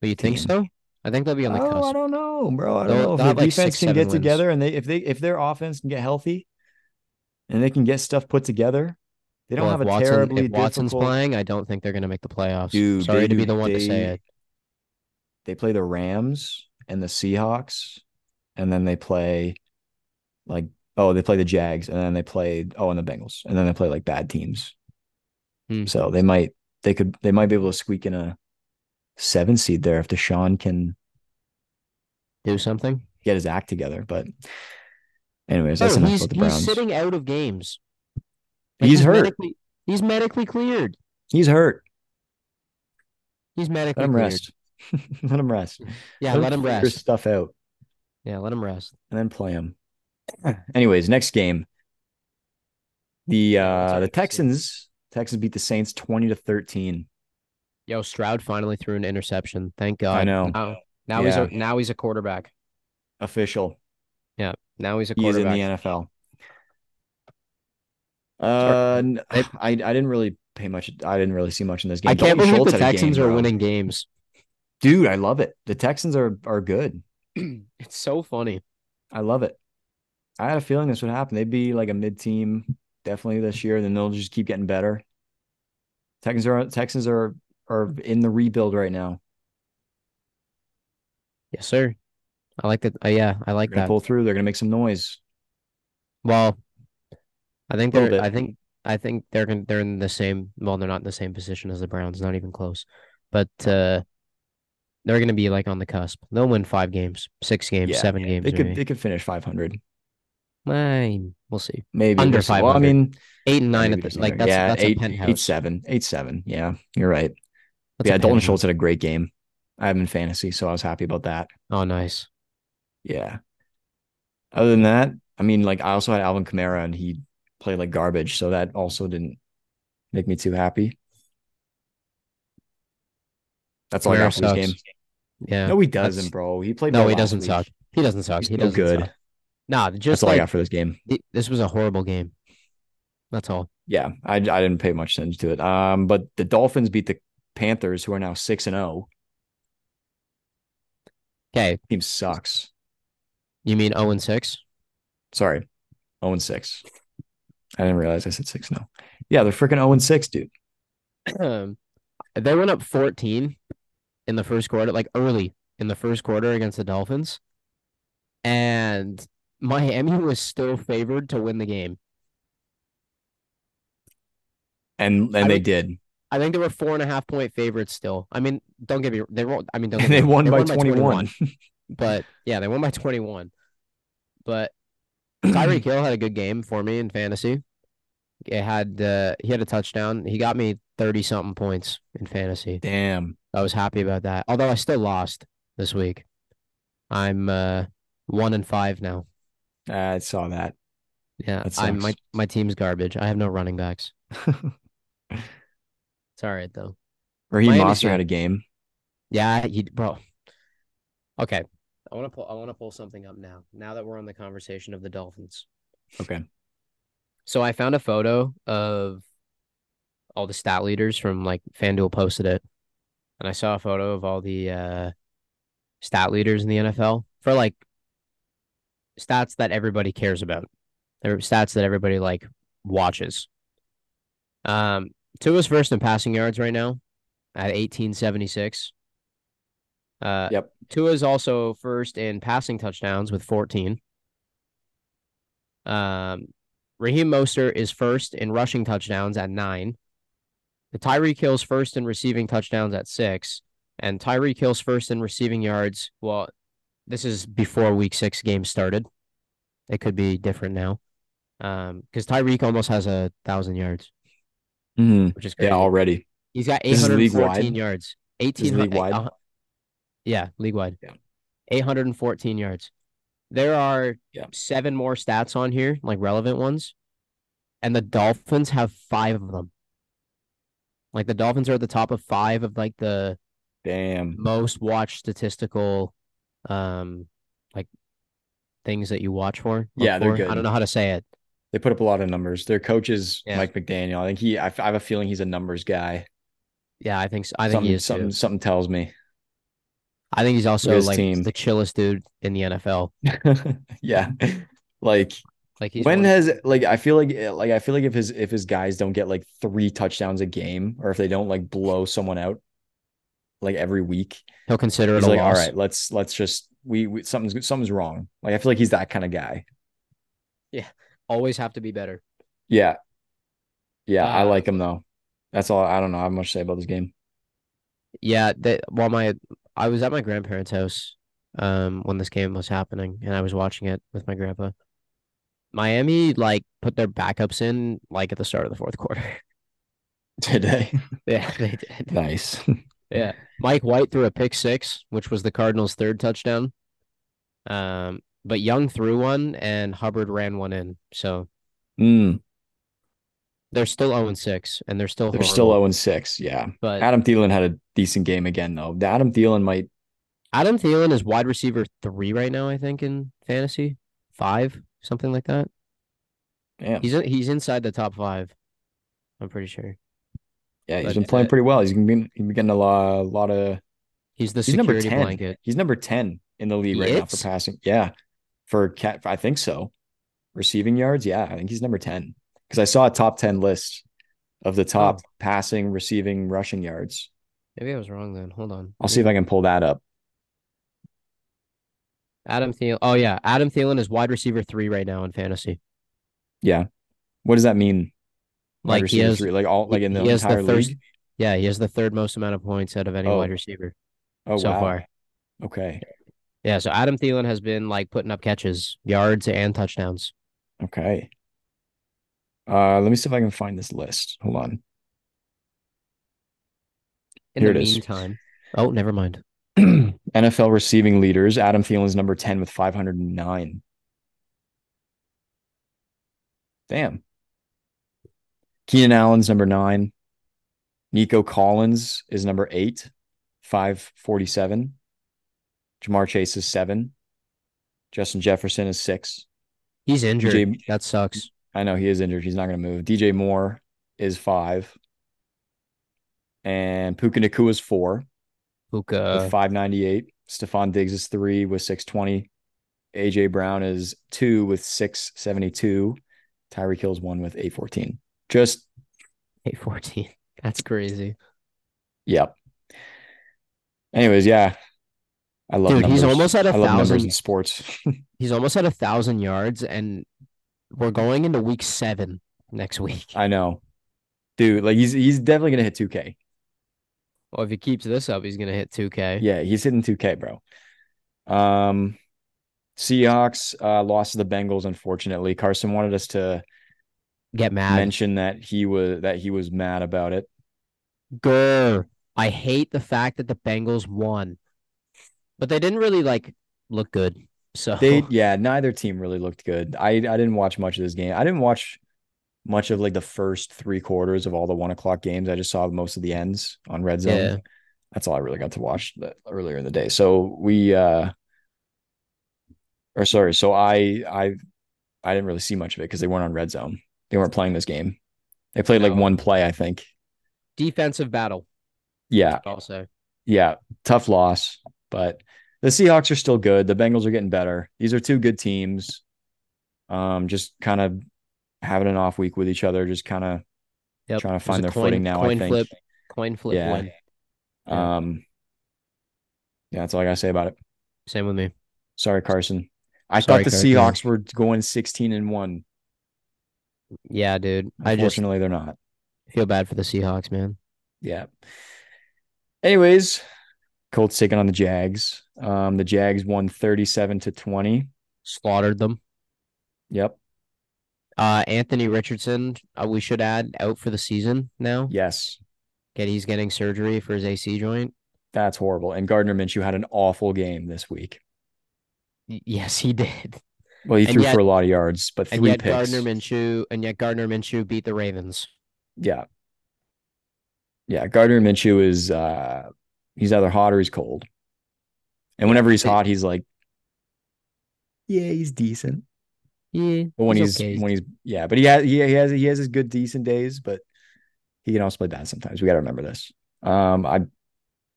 But you think
Damn.
so? I think they'll be on the
oh i
cusp.
don't know bro i don't
They'll-
know if
they'll
their
have, like,
defense
six,
can
seven
get
wins.
together and they if they if their offense can get healthy and they can get stuff put together they don't
Well,
have
if
a
Watson,
terribly
if Watson's
difficult
playing, I don't think they're gonna make the playoffs.
Dude,
Sorry
they
to be
do-
the one to say
they-
it.
they play the rams and the seahawks and then they play like oh they play the jags and then they play oh and the bengals and then they play like bad teams
Hmm.
so they might they could they might be able to squeak in a seven seed there if deshaun can
Do something.
get his act together. But anyways, that's
Oh,
enough
he's
about the
he's
Browns.
sitting out of games.
He's hurt.
medically- he's medically cleared.
He's hurt.
He's medically
Let him
cleared.
rest. let him rest.
Yeah, let him
figure
rest.
Stuff out
Yeah, let him rest.
and then play him. anyways, next game. The
Yeah,
uh
that's
the
alright.
Texans Texans beat the Saints twenty to thirteen.
Yo, Stroud finally threw an interception. Thank God.
I know.
Now, now he's
Yeah.
a, now he's a quarterback.
Official.
Now he's a
He is in
quarterback.
the NFL. Uh, n- I, I didn't really pay much. I didn't really see much in this game.
I
Dalton
can't believe
Schultz
the
had a game,
Texans are
bro.
winning games.
Dude, I love it. The Texans are are good.
it's so funny.
I love it. I had a feeling this would happen. They'd be like a mid team definitely this year, and then they'll just keep getting better. Texans are Texans are are in the rebuild right now.
Yes, sir. I like that. Uh, yeah, I like
They're gonna
that.
pull through. They're gonna make some noise.
Well, I think
Little
they're. I
bit.
think. I think they're gonna. They're in the same. Well, they're not in the same position as the Browns. Not even close. But uh, they're gonna be like on the cusp. They'll win five games, six games,
Yeah,
seven games.
They could
maybe.
they could finish five hundred,
Nine. We'll see.
maybe
Under
We'll see. Well, I
500.
mean,
Eight and nine
maybe
at
just
the, like
under-
that's
yeah,
that's
eight,
a penthouse.
eight seven, eight seven. Yeah, you're right.
That's a
yeah, Dalton
penthouse.
Schultz had a great game. I have him in fantasy, so I was happy about that.
Oh, nice.
Yeah. Other than that, I mean, like I also had Alvin Kamara, and he played like garbage, so that also didn't make me too happy. That's all I
Kamara
got for this
sucks.
game.
Yeah.
No, he doesn't,
that's-
bro. He played.
No,
well
he
last
doesn't
week.
suck. He doesn't suck.
He's
He
no
doesn't
good.
suck. Nah,
That's
just
all I
like
got for this game.
th- this was a horrible game. That's all.
Yeah, I I didn't pay much attention to it. Um, but the Dolphins beat the Panthers, who are now six and zero.
Okay,
Team sucks.
you mean zero and six?
Sorry, zero and six. I didn't realize I said six. No, yeah, they're freaking zero and six, dude.
Um, they went up fourteen in the first quarter, like early in in the first quarter against the Dolphins, and Miami was still favored to win the game.
and
I
and they
think-
did.
I think they were four and a half point favorites still. I mean, don't get me they won't I mean don't get
And
me
they
wrong,
won by twenty one.
but yeah, they won by 21. But Tyreek Hill had a good game for me in fantasy. It had uh, he had a touchdown. He got me 30 something points in fantasy.
Damn.
I was happy about that. Although I still lost this week. I'm uh, 1 and 5 now.
I saw that.
Yeah,
That
I my
sucks.
my team's garbage. I have no running backs. It's all right though.
Raheem
Miami's
Monster
good.
had a game.
Yeah, you bro. Okay. I want to pull I want to pull something up now. Now that we're on the conversation of the Dolphins.
Okay.
So I found a photo of all the stat leaders from like FanDuel posted it. And I saw a photo of all the uh stat leaders in the NFL for like stats that everybody cares about. They're stats that everybody like watches. Um Tua's first in passing yards right now at 1876. Uh
Yep.
Tua is also first in passing touchdowns with 14. Um, Raheem Mostert is first in rushing touchdowns at nine. The Tyreek Hill's first in receiving touchdowns at six, and Tyreek Hill's first in receiving yards. Well, this is before Week Six games started. It could be different now, um, because Tyreek almost has a thousand yards,
Mhm.
which is crazy.
Yeah, already.
He's got
This is league
814
wide?
yards.
is
18
league wide?
Yeah, league wide.
Yeah.
814 yards. There are
Yeah.
seven more stats on here, like relevant ones. And the Dolphins have five of them. Like the Dolphins are at the top of five of like the
Damn.
most watched statistical um like things that you watch for. look
Yeah, they're
for. I
good.
don't know how to say it.
They put up a lot of numbers. Their coach is
Yeah.
Mike McDaniel. I think he. I, f- I have a feeling he's a numbers guy.
Yeah, I think so. I think
something,
he is too.
something, something tells me.
I think he's also
his
like
team.
the chillest dude in the NFL.
yeah. Like
Like he's
when
one-
has like I feel like like I feel like if his if his guys don't get like three touchdowns a game or if they don't like blow someone out like every week,
he'll consider it
he's
a
like, all
loss.
right, let's let's just we, we something's something's wrong. Like I feel like he's that kind of guy.
Always have to be better.
Yeah, yeah, I
Uh,
like him though. That's all. I don't know. I have much to say about this game.
Yeah, that while my I was at my grandparents' house um when this game was happening and I was watching it with my grandpa. Miami like put their backups in like at the start of the fourth quarter.
Today,
Yeah, they did.
nice.
Yeah. Mike White threw a pick six, which was the Cardinals' third touchdown. Um, but Young threw one and Hubbard ran one in. So
Mm,
they're still 0 6 and they're still
they're still
horrible.
zero and six. Yeah,
But
Adam Thielen had a decent game again though. The Adam Thielen might.
Adam Thielen is wide receiver three right now, I think, in fantasy. Five, something like that.
Damn.
He's he's inside the top five. I'm pretty sure.
Yeah, he's
But,
been playing
uh,
pretty well. He's been, he's been getting a lot, a lot of.
He's the
He's number
security
ten.
blanket.
He's number ten in the league
He
right now for
is?
passing. Yeah, for cat, I think so. Receiving yards, yeah, I think he's number ten because I saw a top ten list of the top
Oh.
passing, receiving, rushing yards.
Maybe I was wrong then. Hold on.
I'll see if I can pull that up.
Adam Thielen. Oh yeah, Adam Thielen is wide receiver three right now in fantasy.
What does that mean? Wide
Like he
receiver
has,
three, like all, like in the
he has the
entire
first-
league.
yeah, he has the third most amount of points out of any
Oh,
wide receiver
Oh
so
wow.
far.
Okay.
Yeah, so Adam Thielen has been like putting up catches, yards, and touchdowns.
Okay. Uh, let me see if I can find this list. Hold on.
In
Here
the
it is.
meantime, oh, never mind.
NFL receiving leaders. Adam Thielen's number 10 with 509. Damn. Keenan Allen's number nine. Nico Collins is number eight, 547. Jamar Chase is seven. Justin Jefferson is six.
He's injured.
DJ
That sucks.
I know he is injured. He's not going to move. DJ Moore is five. And Puka Nakua is four with
Puka.
598. Stefan Diggs is three with 620. AJ Brown is two with 672. Tyreek Hill's one with 814. Just,
Eight fourteen. That's crazy.
yep. Anyways, yeah. I love
Dude, he's
numbers.
almost at a
I love numbers
thousand.
in sports.
He's almost at a thousand yards, and we're going into week seven next week.
I know, dude. Like he's he's definitely gonna hit 2K.
Well, if he keeps this up, he's gonna hit two K.
Yeah, he's hitting 2K, bro. Um, Seahawks uh, lost to the Bengals. Unfortunately, Carson wanted us to
Get mad.
mention that he was that he was mad about it.
Grr. I hate the fact that the Bengals won, but they didn't really like look good. So
They yeah, neither team really looked good. I I didn't watch much of this game. I didn't watch much of like the first three quarters of all the one o'clock games. I just saw most of the ends on Red Zone.
Yeah.
That's all I really got to watch the, earlier in the day. So we uh or sorry, so I I I didn't really see much of it because they weren't on Red Zone. They weren't playing this game. They played like
No.
one play, I think.
defensive battle
Yeah,
also.
yeah, tough loss, but the Seahawks are still good. The Bengals are getting better. These are two good teams. Um, just kind of having an off week with each other, just kind of
Yep.
trying to
It was
find
a
their
coin-
footing now.
Coin
I think.
flip, coin flip
Yeah.
win. Yeah.
Um, yeah, that's all I gotta say about it.
Same with me.
Sorry, Carson. I
Sorry,
thought the
Carson.
Seahawks were going sixteen and one.
Yeah, dude. I just
Unfortunately, they're not.
feel bad for the Seahawks, man.
Yeah. Anyways, Colts taking on the Jags. Um, the Jags won thirty-seven to twenty.
Slaughtered them.
Yep.
Uh, Anthony Richardson, uh, we should add out for the season now.
Yes.
Get he's getting surgery for his AC joint.
That's horrible. And Gardner Minshew had an awful game this week.
Y- yes, he did.
Well, he
And
threw
yet-
for a lot of yards, but
And
three
yet
picks.
Gardner Minshew, and yet Gardner Minshew beat the Ravens.
yeah, yeah. Gardner Minshew is uh, he's either hot or he's cold. And whenever he's
They-
hot, he's like, yeah, he's decent.
Yeah,
But when
He's
he's,
okay.
when he's yeah, but he has he, he has he has his good decent days, but he can also play bad sometimes. We got to remember this. Um, I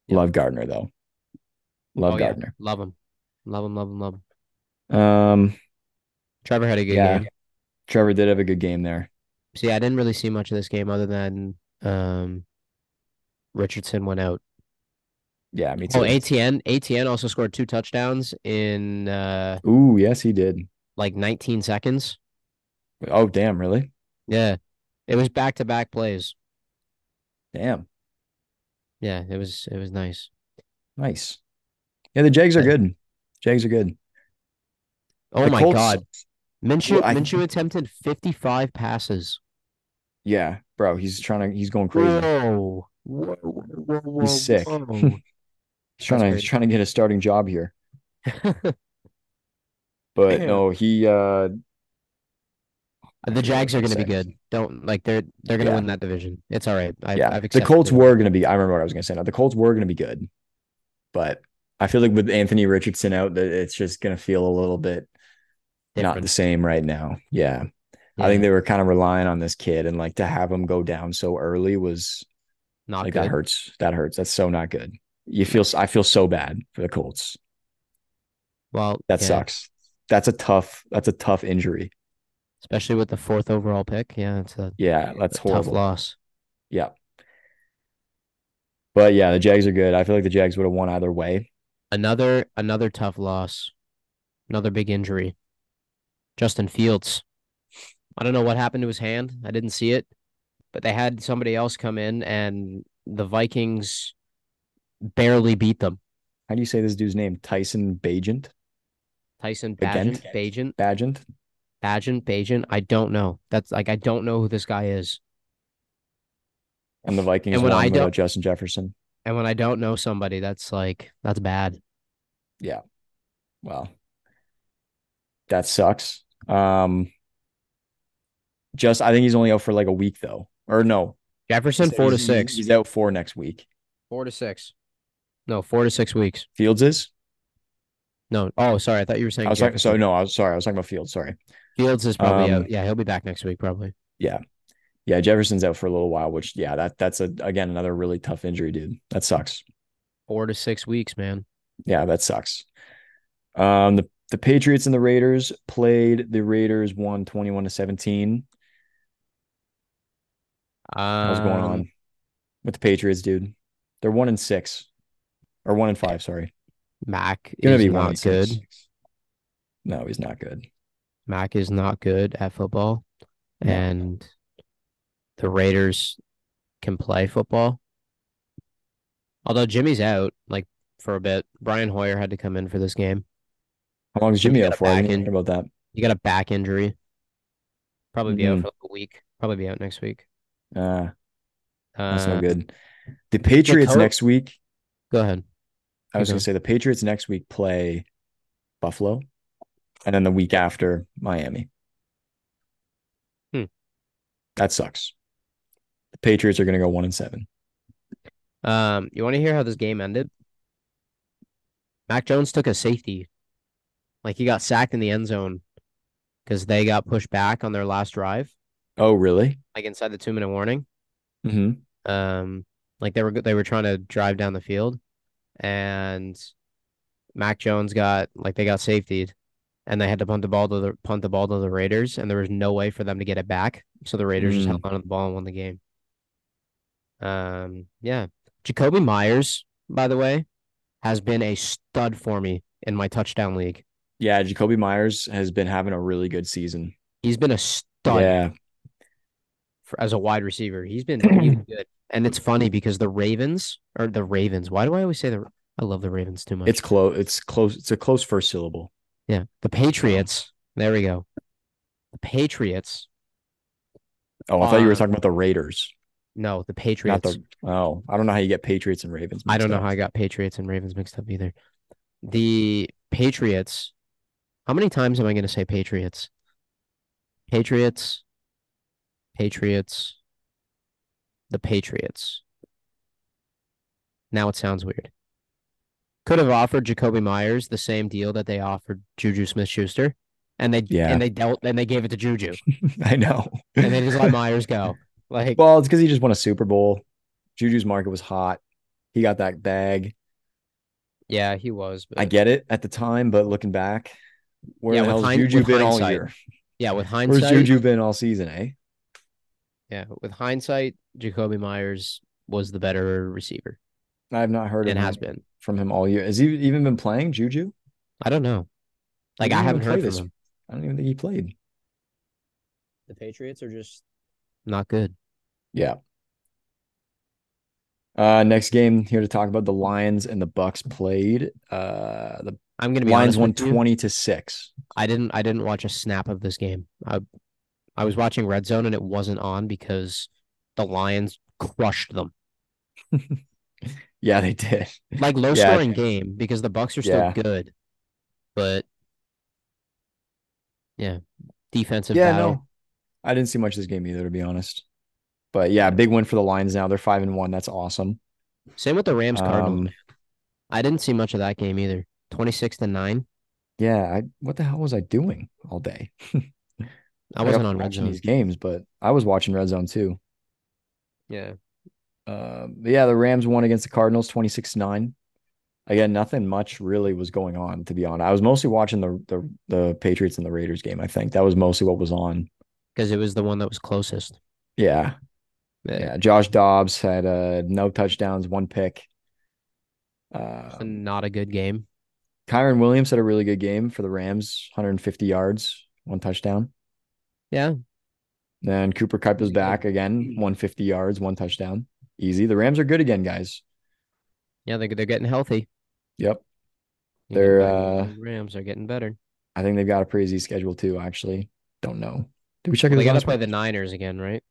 love Gardner though. Love
Oh, yeah.
Gardner.
love him, love him, love him, love him.
Um,
Trevor had a good
Yeah.
game.
Trevor did have a good game there.
See, I didn't really see much of this game other than um, Richardson went out.
Yeah, me too.
Oh, ATN, ATN also scored two touchdowns in uh,
Ooh, yes, he did.
like 19 seconds.
Oh, damn, really?
Yeah, it was back to back plays.
Damn.
Yeah, it was it was nice.
Nice. Yeah, the Jags are
Yeah.
good. Jags are good.
Oh
The
my
Colts-
God, Minshew
Well, I-
Minshew attempted 55 passes.
Yeah, bro. He's trying to he's going crazy.
Whoa, whoa, whoa, whoa, whoa,
sick.
whoa.
He's trying to
that's
he's
crazy.
trying to get a starting job here. But no, he uh
The Jags are going to be
Sick.
good. Don't like they're they're going to
Yeah.
win that division. It's all right. I've,
yeah.
I've
the
accepted
Colts
it.
were gonna be I remember what I was gonna say now. The Colts were gonna be good. But I feel like with Anthony Richardson out, that it's just gonna feel a little bit not the
Different.
same right now. Yeah.
Yeah,
I think they were kind of relying on this kid and like to have him go down so early was
not
like
good.
that hurts. That hurts. That's so not good. You feel I feel so bad for the Colts.
Well,
That
yeah,
sucks. That's a tough. That's a tough injury.
especially with the fourth overall pick. Yeah, it's a,
Yeah, that's
a tough
horrible.
loss.
Yeah. But yeah, the Jags are good. I feel like the Jags would have won either way.
Another another tough loss. Another big injury. Justin Fields. I don't know what happened to his hand. I didn't see it, but they had somebody else come in, and the Vikings barely beat them.
How do you say this dude's name? Tyson Bajent.
Tyson
Again?
Bagent, Bagent,
Bajent.
Bagent, Bagent. I don't know. That's like I don't know who this guy is.
And the Vikings
And when
won
I
without
don't-
Justin Jefferson.
And when I don't know somebody, that's like that's bad.
Wow. That sucks. Um just I think he's only out for like a week though. Or no.
Jefferson
He's-
four to
he's-
six.
He's out four next week.
Four to six. No, four to six weeks.
Fields is?
No. Oh, sorry. I thought you were saying
I was talking, so
Jefferson.
no, I was sorry. I was talking about Fields. Sorry.
Fields is probably
Um,
out. Yeah, he'll be back next week probably.
Yeah, Jefferson's out for a little while, which yeah, that that's a again another really tough injury, dude. That sucks.
Four to six weeks, man.
Yeah, that sucks. Um the the Patriots and the Raiders played. The Raiders won 21 to 17.
Um,
What's going on with the Patriots, dude? They're one and six. Or one and five, sorry.
Mac
Gonna
is
be
not good.
186. No, he's not good.
Mac is not good at football,
No.
and the Raiders can play football. Although Jimmy's out, like for a bit, Brian Hoyer had to come in for this game.
How long is
Should
Jimmy
we get
out
a
for? I
back
didn't
in?
hear about that.
He got a back injury. Probably be out
Mhm.
for like a week. Probably be out next week.
Uh,
Uh,
that's no good. The Patriots
Cur-
next week.
Go ahead.
I was
Okay.
going to say the Patriots next week play Buffalo, and then the week after Miami.
Hmm.
That sucks. The Patriots are going to go one and seven.
Um, you want to hear how this game ended? Mac Jones took a safety. Like he got sacked in the end zone because they got pushed back on their last drive,
Oh, really?
like inside the two minute warning.
hmm
Um, like they were they were trying to drive down the field, and Mac Jones got like they got safetied, and they had to punt the ball to the punt the ball to the Raiders, and there was no way for them to get it back. So the Raiders just
Mm.
held on to the ball and won the game. Um, yeah, Jacoby Myers, by the way, has been a stud for me in my touchdown league.
Yeah, Jacoby Myers has been having a really good season.
He's been a stud
Yeah,
for, as a wide receiver. He's been really good, and it's funny because the Ravens or the Ravens. Why do I always say the? I love the Ravens too much.
it's close. It's close. It's a close first syllable.
Yeah, the Patriots. There we go. The Patriots.
Oh, I thought you were
Uh,
talking about the Raiders,
No, the
not
Patriots.
the. Oh, I don't know how you get Patriots and Ravens.
I don't
mixed
know
up.
how I got Patriots and Ravens mixed up either. The Patriots. How many times am I going to say Patriots? Patriots. Patriots. The Patriots. Now it sounds weird. Could have offered Jacoby Myers the same deal that they offered Juju Smith Schuster. And they
Yeah.
and they dealt and they gave it to Juju.
I know.
And they just let Myers go. Like
Well, it's because he just won a Super Bowl. Juju's market was hot. He got that bag.
Yeah, he was. But
I get it at the time, but looking back, where
Yeah,
the
with
hell's
hind-
Juju
with
been all
hindsight,
year?
yeah, with
Where's
hindsight,
Juju been all season, eh?
yeah, with hindsight, Jacoby Myers was the better receiver
I've not heard of
and
him,
has been.
from him all year. Has he even been playing Juju?
I don't know. Like
didn't
I
even
haven't
play
heard
this-
from him.
I don't even think he played.
The Patriots are just not good.
Yeah. Uh, next game here to talk about the Lions and the Bucks played. Uh, the
I'm gonna be
Lions won
honest with you,
twenty to six.
I didn't. I didn't watch a snap of this game. I, I was watching Red Zone and it wasn't on because the Lions crushed them.
Yeah, they did.
Like low
Yeah.
scoring game because the Bucks are still
Yeah.
good, but yeah, defensive
yeah,
battle.
no, I didn't see much of this game either, to be honest. But yeah, big win for the Lions. Now they're five and one. That's awesome.
Same with the Rams Cardinals.
Um,
I didn't see much of that game either. 26 to 9.
Yeah, I, what the hell was I doing all day?
I
got
wasn't on Red
watching
Zone.
these games, but I was watching Red Zone too.
Yeah.
Um, but yeah, the Rams won against the Cardinals 26-9. Again, nothing much really was going on, to be honest. I was mostly watching the the, the Patriots and the Raiders game, I think. That was mostly what was on.
Because it was the one that was closest.
Yeah.
Yeah.
Yeah. Josh Dobbs had uh, no touchdowns, one pick. Uh,
Not a good game.
Kyron Williams had a really good game for the Rams, 150 yards, one touchdown.
Yeah.
Then Cooper Kupp is
Yeah.
back again, 150 yards, one touchdown. Easy. The Rams are good again, guys.
Yeah. They're, they're getting healthy.
Yep. They're,
They're getting back
uh,
into the Rams are getting better.
I think they've got a pretty easy schedule too, actually. Don't know. Did we check it
They got to
last
play
week?
the Niners again, right?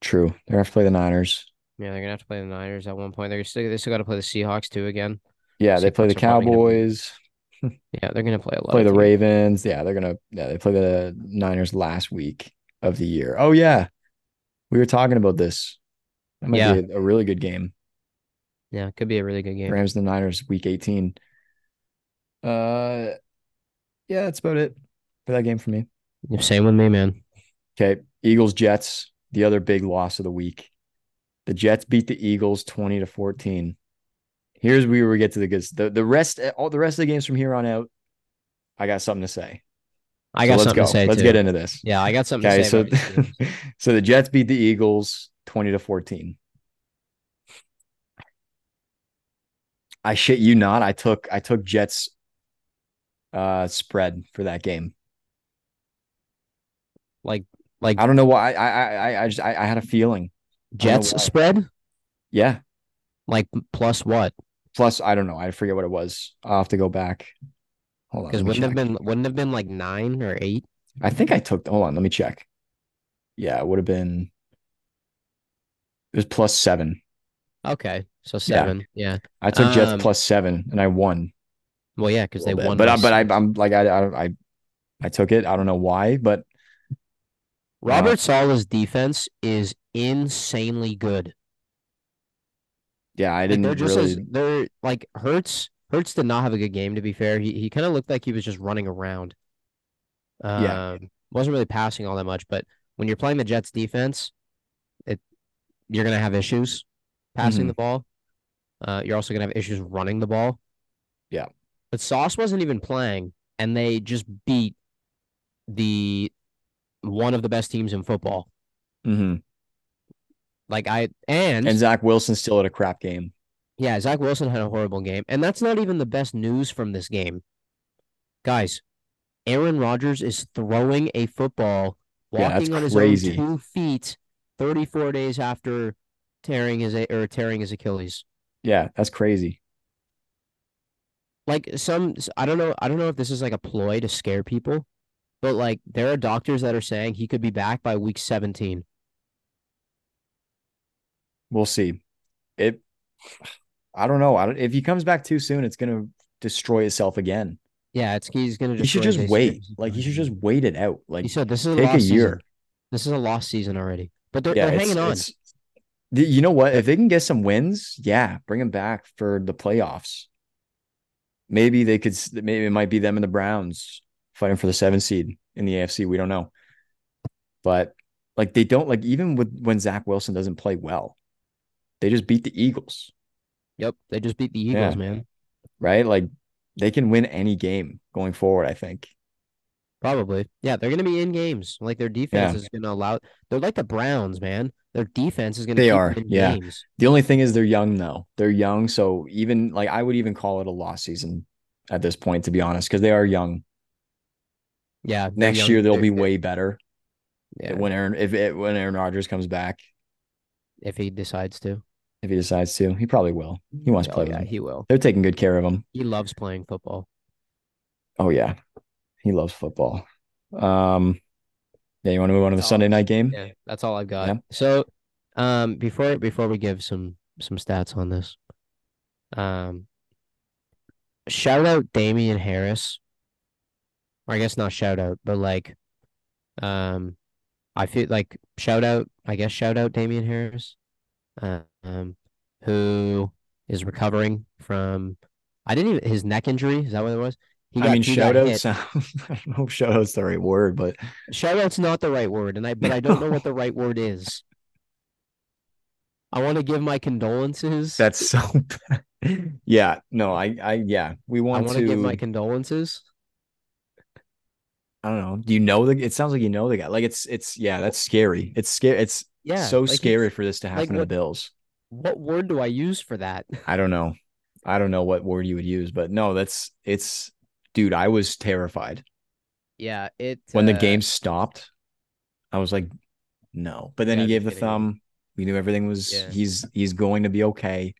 True. They're gonna have to play the Niners.
Yeah. They're going to have to play the Niners at one point. They're still, they still got to play the Seahawks too again.
Yeah, they play the
Seahawks are probably gonna-
Cowboys,
Yeah. They're going to play a lot.
play
of
the
teams.
Ravens. Yeah, they're gonna yeah, they play the Niners last week of the year. Oh yeah. We were talking about this. That might
Yeah.
be a, a really good game.
Yeah. It could be a really good game.
Rams and the Niners week 18. Uh yeah, that's about it for that game for me.
Yeah, Same with me, man.
Okay. Eagles Jets, the other big loss of the week. The Jets beat the Eagles 20 to 14. Here's where we get to the good the, the rest all the rest of the games from here on out. I got something to say.
I
So
got
let's
something
go.
to say.
Let's
too.
get into this.
Yeah. I got something
Okay,
to say.
so
about these teams.
so the Jets beat the Eagles 20 to 14. I shit you not. I took I took Jets uh spread for that game.
Like like
I don't know why. I I I I just I, I had a feeling.
Jets
why.
spread?
Yeah.
Like plus what?
Plus, I don't know. I forget what it was. I'll have to go back. Hold on.
Because
let me
wouldn't have
check.
been wouldn't have been like nine or eight.
I think I took. Hold on, let me check. Yeah, it would have been. It was plus seven.
Okay, so seven. Yeah.
I took Jets
Um,
plus seven, and I won.
Well, yeah, because they
little bit.
won.
But I,
by
but
s-
I, I'm like I, I don't- I I took it. I don't know why, but uh,
Robert Sala's defense is insanely good.
yeah, I
Like,
didn't
they're just
really.
as they're like Hurts. Hurts did not have a good game. To be fair, he he kind of looked like he was just running around. Um,
Yeah.
wasn't really passing all that much. But when you're playing the Jets defense, it you're gonna have issues passing
Mhm.
the ball. Uh, you're also gonna have issues running the ball.
Yeah.
But Sauce wasn't even playing, and they just beat the one of the best teams in football.
Mhm.
Like I and
And Zach Wilson still had a crap game.
Yeah, Zach Wilson had a horrible game, and that's not even the best news from this game. Guys, Aaron Rodgers is throwing a football,
Yeah, that's
walking on his
crazy.
own two feet, thirty-four days after tearing his A- or tearing his Achilles.
Yeah, that's crazy.
Like some, I don't know, I don't know if this is like a ploy to scare people, but like there are doctors that are saying he could be back by week seventeen.
We'll see. It. I don't know. I don't, if he comes back too soon, it's gonna destroy itself again.
Yeah, it's he's gonna.
He should
destroy
just
his
wait.
ACLs.
Like he should just wait it out. Like
He said this is a
take a
lost season.
year.
This is a lost season already, but they're,
yeah,
they're
it's-
hanging on.
it's- the- you know what? If they can get some wins, yeah, bring them back for the playoffs. Maybe they could. s- Maybe it might be them and the Browns fighting for the seven seed in the AFC. We don't know, but like they don't like even with when Zach Wilson doesn't play well, they just beat the Eagles,
Yep, they just beat the Eagles,
Yeah.
man.
right? Like they can win any game going forward. I think.
Probably. Yeah, they're going to be in games. Like their defense is going to allow. They're like the Browns, man. Their defense is going to.
They
keep
are,
them in
yeah.
Games.
The only thing is they're young though. They're young, so even like I would even call it a lost season at this point, to be honest, because they are young.
Yeah. they're
Next
young-
year they'll
they're-
be way better.
Yeah,
when Aaron if it, when Aaron Rodgers comes back,
if he decides to.
if he decides to, he probably will. He wants to
Oh
play
yeah,
with him.
he will.
They're taking good care of him.
He loves playing football.
Oh yeah, he loves football. Um, yeah, you want to move on to the
Oh,
Sunday night game?
Yeah, that's all I've got.
Yeah.
So, um, before before we give some some stats on this, um, shout out Damian Harris. Or I guess not shout out, but like, um, I feel like shout out. I guess shout out Damian Harris, uh, um, who is recovering from. I didn't even his neck injury. Is that what it was? He
I mean,
he got
shout
hit.
outs. I don't know if shout outs the right word, but
Shout out's not the right word, and I but I don't know what the right word is. I want to give my condolences.
that's so. Bad. Yeah, no, I, I, yeah, we
I
want
want
to.
to give my condolences.
I don't know. Do you know the? It sounds like you know the guy. Like it's, it's, yeah, that's scary. It's scary. It's
Yeah,
so
like it's-
scary for this to happen
like
to the
what-
Bills.
What word do I use for that?
I don't know. I don't know what word you would use, but no, that's it's dude, I was terrified.
Yeah, it
When the
uh,
game stopped, I was like, no. But then
Yeah,
he
the
gave the
beginning.
thumb. We knew everything was
Yeah.
he's he's going to be okay.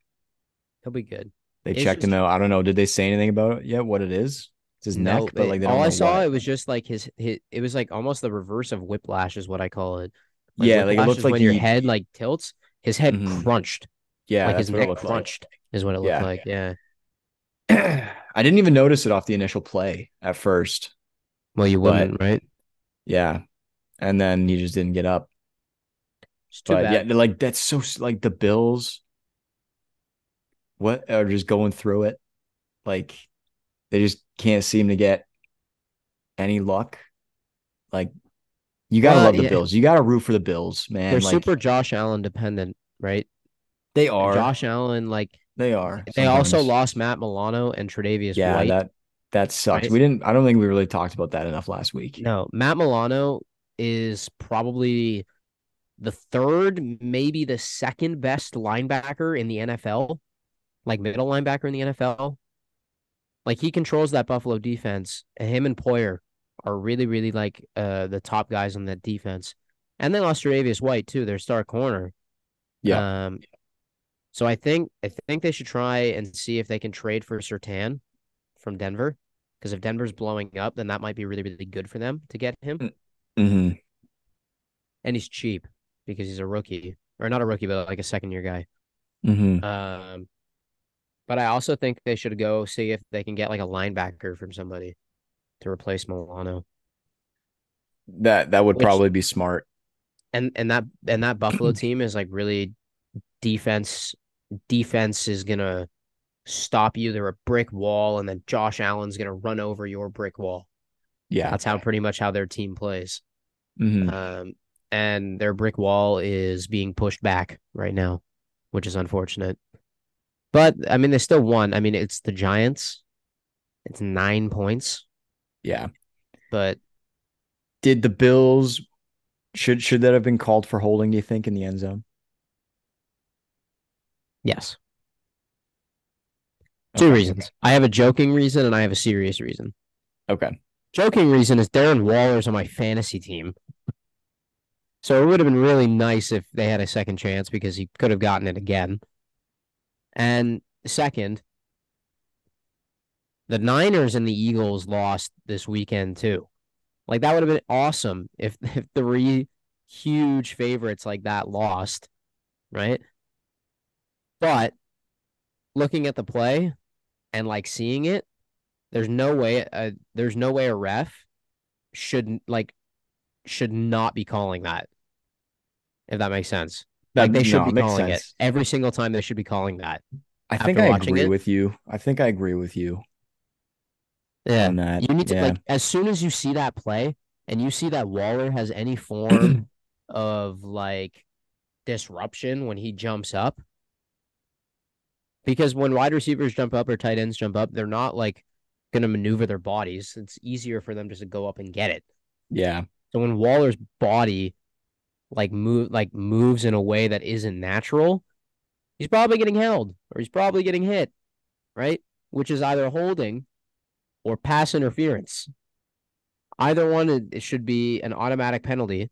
he'll be good.
They
It's
checked him
just-
out. I don't know. Did they say anything about it yet? What it is? It's his
No,
neck, but
it-
like they don't
all I
know
saw
what.
it was just like his, his it was like almost the reverse of whiplash is what I call it. Like,
yeah, like it
whiplash
looked
is
like
when your
he-
head like tilts. His head
Mhm.
crunched,
yeah,
like
that's
his
what it
neck
looked like.
crunched is what it looked
Yeah.
like. Yeah.
I didn't even notice it off the initial play at first.
Well, you
But-
wouldn't, right?
Yeah, and then he just didn't get up.
It's too
but
bad.
yeah, they're like that's so like the Bills. What are just going through it, like they just can't seem to get any luck. Like you gotta
Well,
love the
yeah.
Bills. You gotta root for the Bills, man.
They're
like,
super Josh Allen dependent, right?
They are.
Josh Allen, like
they are.
they also
sometimes.
lost Matt Milano and Tre'Davious
Yeah,
White.
that that sucks.
right?
We didn't. I don't think we really talked about that enough last week.
No, Matt Milano is probably the third, maybe the second best linebacker in the NFL. like middle linebacker in the NFL. Like he controls that Buffalo defense. Him and Poyer are really, really like uh the top guys on that defense. And then Osteravius White too, their star corner.
Yeah.
Um so I think I think they should try and see if they can trade for Sertan from Denver. Because if Denver's blowing up, then that might be really, really good for them to get him.
Mm-hmm.
And he's cheap because he's a rookie. Or not a rookie, but like a second year guy.
Mm-hmm.
Um, but I also think they should go see if they can get like a linebacker from somebody to replace Milano.
That that would
Which-
probably be smart.
And and that and that Buffalo team is like really defense defense is gonna stop you. They're a brick wall, and then Josh Allen's gonna run over your brick wall.
Yeah.
That's how pretty much how their team plays.
Mm-hmm.
Um, and their brick wall is being pushed back right now, which is unfortunate. But I mean, they still won. I mean, it's the Giants. It's nine points,
Yeah.
but
Did the Bills should should that have been called for holding? Do you think in the end zone?
yes, two
Okay.
reasons. I have a joking reason and I have a serious reason.
Okay.
Joking reason is Darren Waller's on my fantasy team. So it would have been really nice if they had a second chance because he could have gotten it again. And second, the Niners and the Eagles lost this weekend too. Like that would have been awesome if, if three huge favorites like that lost, right? But looking at the play and like seeing it, there's no way uh, there's no way a ref should like should not be calling that if that makes sense like
That-
they should
no,
be
makes
calling
sense.
it every single time they should be calling that
I
after
think I
watching
agree
it.
with you. I think I agree with you
yeah
on that.
you need to
yeah.
like as soon as you see that play and you see that waller has any form of like disruption when he jumps up because when wide receivers jump up or tight ends jump up they're not like gonna maneuver their bodies it's easier for them just to go up and get it
yeah.
So when Waller's body like move like moves in a way that isn't natural, he's probably getting held or he's probably getting hit, right? Which is either holding or pass interference. Either one it- it should be an automatic penalty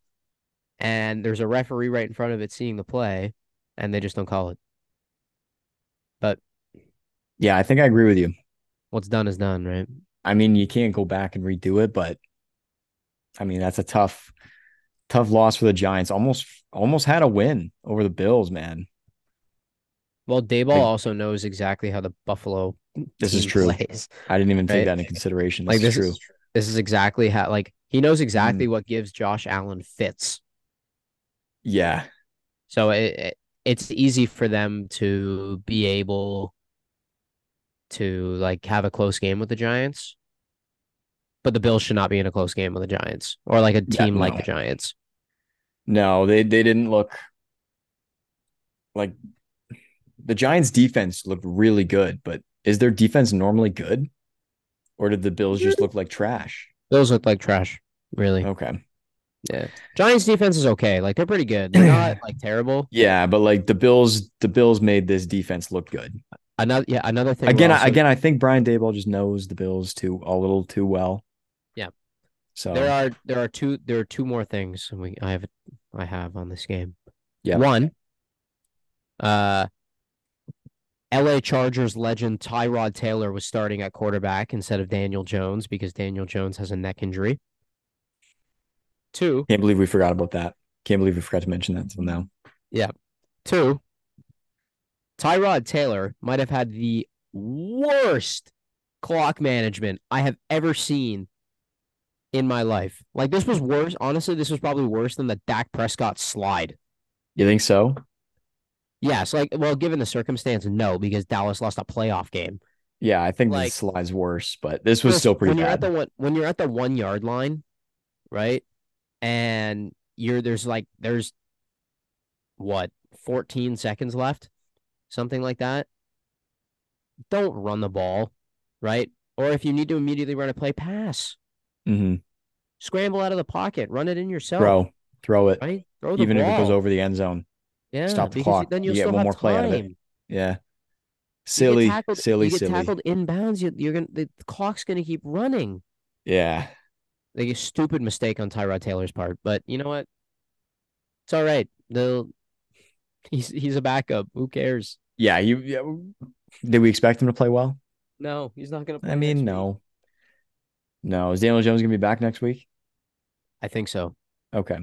and there's a referee right in front of it seeing the play and they just don't call it.
Yeah, I think I agree with you.
What's done is done, right?
I mean, you can't go back and redo it, but I mean, that's a tough, tough loss for the Giants. Almost, almost had a win over the Bills, man.
Well, Dayball
Like-
also knows exactly how the Buffalo
This is
team
true.
plays.
I didn't even take
Right.
that into consideration. This
Like
is
this
true. Mm.
is this is exactly how like he knows exactly what gives Josh Allen fits.
yeah,
So it, it it's easy for them to be able to like have a close game with the Giants. But the Bills should not be in a close game with the Giants or like a
Yeah,
team like
no.
the Giants.
no, they they didn't look like the Giants' defense looked really good, but is their defense normally good, or did the Bills just look like trash?
Bills look like trash, really.
Okay,
Giants defense is okay. Like they're pretty good. They're not like terrible.
yeah, but like the Bills, the Bills made this defense look good.
Another yeah, another thing we're
again, I
also-
again, I think Brian Dayball just knows the Bills too a little too well.
Yeah.
So
There are there are two there are two more things we I have I have on this game.
Yeah.
One, uh, L.A. Chargers legend Tyrod Taylor was starting at quarterback instead of Daniel Jones because Daniel Jones has a neck injury. Two,
can't believe we forgot about that. Can't believe we forgot to mention that until now.
two, Tyrod Taylor might have had the worst clock management I have ever seen in my life. Like this was worse. Honestly, this was probably worse than the Dak Prescott slide.
You think so?
Yes, like well, given the circumstance, no, because Dallas lost a playoff game.
Yeah, I think
Like-
this slide's worse, but this was
Plus,
still pretty
when You're at
bad.
the one, when you're at the one yard line, right, and you're there's like there's what 14 seconds left, something like that. Don't run the ball, right? Or if you need to immediately run a play, pass,
Mhm.
scramble out of the pocket, run it in yourself,
Throw, throw it,
right? Throw Oh, the
even if it goes
ball.
over the end zone.
yeah,
stop the
because
clock,
Then
you
you'll
get
still
one
have
more play out of it.
time.
Yeah, Silly,
you get tackled,
silly,
you get
silly.
tackled inbounds. You, you're gonna the clock's gonna keep running.
Yeah.
Like a stupid mistake on Tyrod Taylor's part, but you know what? It's all right. They'll he's he's a backup. Who cares?
Yeah. You, yeah. Did we expect him to play well?
No, he's not gonna. Play
I
next
mean,
week.
no. No. Is Daniel Jones going to be back next week?
I think so.
Okay.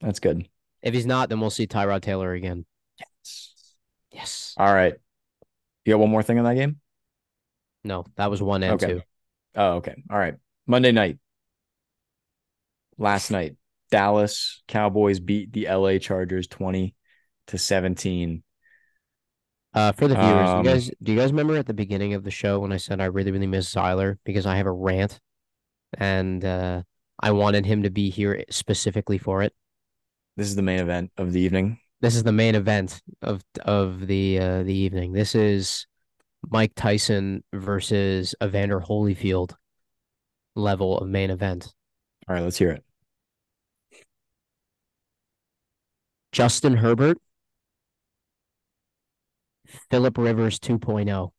That's good.
If he's not, then we'll see Tyrod Taylor again. Yes.
All right. You got one more thing on that game?
No, that was one and
Okay.
two.
Oh, okay. All right. Monday night. Last night, Dallas Cowboys beat the LA Chargers 20 to 17.
Uh, for the viewers,
Um,
you guys, do you guys remember at the beginning of the show when I said I really, really miss Zyler because I have a rant, and uh, I wanted him to be here specifically for it.
This is the main event of the evening.
This is the main event of of the uh, the evening. This is Mike Tyson versus Evander Holyfield level of main event.
All right, let's hear it.
Justin Herbert, Philip Rivers oh. 2.0.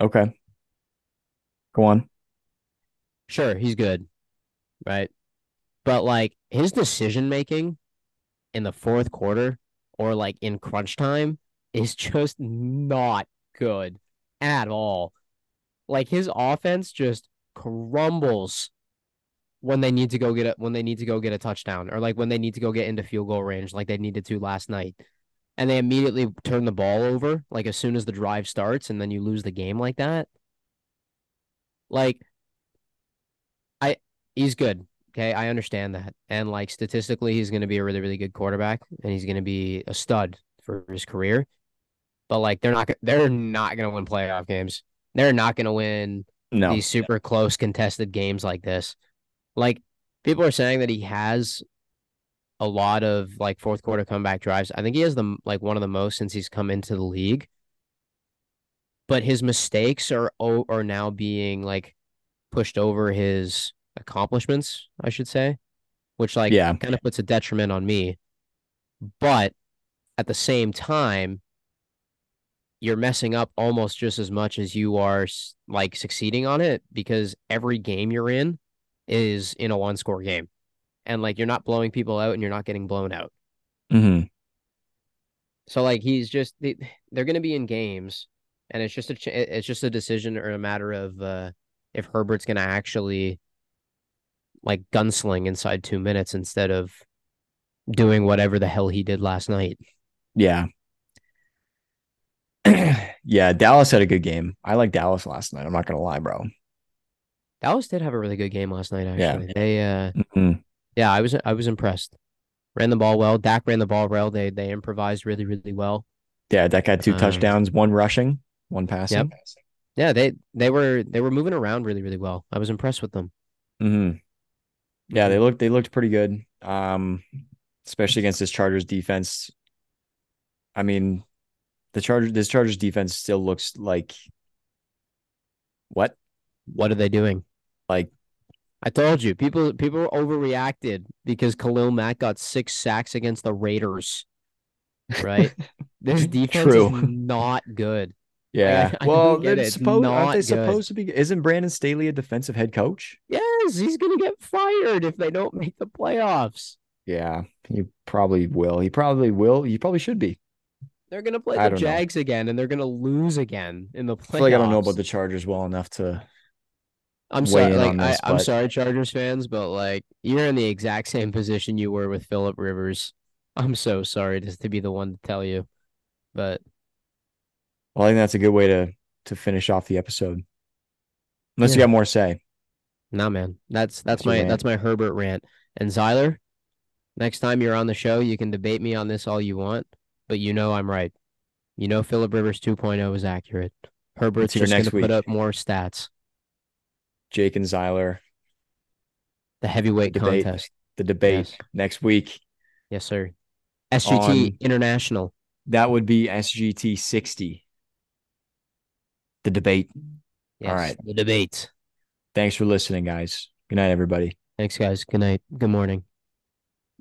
Okay. Go on.
Sure, he's good, right? But like his decision making in the fourth quarter or like in crunch time is just not good at all. Like his offense just crumbles when they need to go get a when they need to go get a touchdown or like when they need to go get into field goal range like they needed to last night. And they immediately turn the ball over like as soon as the drive starts and then you lose the game like that. Like he's good. Okay, I understand that. And like statistically, he's going to be a really, really good quarterback, and he's going to be a stud for his career. But like, they're not they're not going to win playoff games. They're not going to win
No.
these super close contested games like this. Like people are saying that he has a lot of like fourth quarter comeback drives. I think he has the like one of the most since he's come into the league. But his mistakes are o- are now being like pushed over his accomplishments, I should say, which like
yeah.
kind of puts a detriment on me. But at the same time, you're messing up almost just as much as you are s- like succeeding on it because every game you're in is in a one score game. And like you're not blowing people out and you're not getting blown out.
hmm
So like he's just they, they're going to be in games, and it's just a ch- it- it's just a decision or a matter of uh, if Herbert's going to actually like gunsling inside two minutes instead of doing whatever the hell he did last night.
Yeah. yeah. Dallas had a good game. I like Dallas last night. I'm not going to lie, bro.
Dallas did have a really good game last night.
Yeah.
Actually, they uh,
Mhm.
yeah, I was I was impressed. Ran the ball well. Dak ran the ball well. They they improvised really really well.
Yeah. That got two
Um,
touchdowns, one rushing, one passing.
Yeah, they they were they were moving around really really well. I was impressed with them.
hmm Yeah, they looked they looked pretty good. Um, especially against this Chargers defense. I mean, the Chargers this Chargers defense still looks like what?
What are they doing?
Like-
I told you, people people overreacted because Khalil Mack got six sacks against the Raiders. Right? this defense
True.
is not good.
Yeah.
I
well,
don't get
they're
it.
supposed aren't
Not
they
good.
supposed to be? Isn't Brandon Staley a defensive head coach?
Yes, he's gonna get fired if they don't make the playoffs.
Yeah, he probably will. He probably will. He probably should be.
They're gonna play
I
the
don't know.
Jags again, and they're gonna lose again in the playoffs.
I feel like I don't know about the Chargers well enough to.
I'm
weigh
sorry,
in
like
on
I,
this,
I'm
but-
sorry, Chargers fans, but like you're in the exact same position you were with Philip Rivers. I'm so sorry to, to be the one to tell you, but
Well, I think that's a good way to to finish off the episode. Unless you
Yeah.
got more to say.
Nah, man. That's that's
That's your
my
rant.
that's my Herbert rant. And Zyler, next time you're on the show, you can debate me on this all you want, but you know I'm right. You know Philip Rivers 2.0 is accurate. Herbert's
hear
just going
next
to
week.
put up more stats.
Jake and Zeiler,
The heavyweight
Debate.
contest.
the debate
Yes.
next week.
Yes, sir. SGT
On-
International.
That would be SGT 60. The debate. All
Yes,
right.
The debate.
Thanks for listening, guys. Good night, everybody.
Thanks, guys. Good night. Good morning.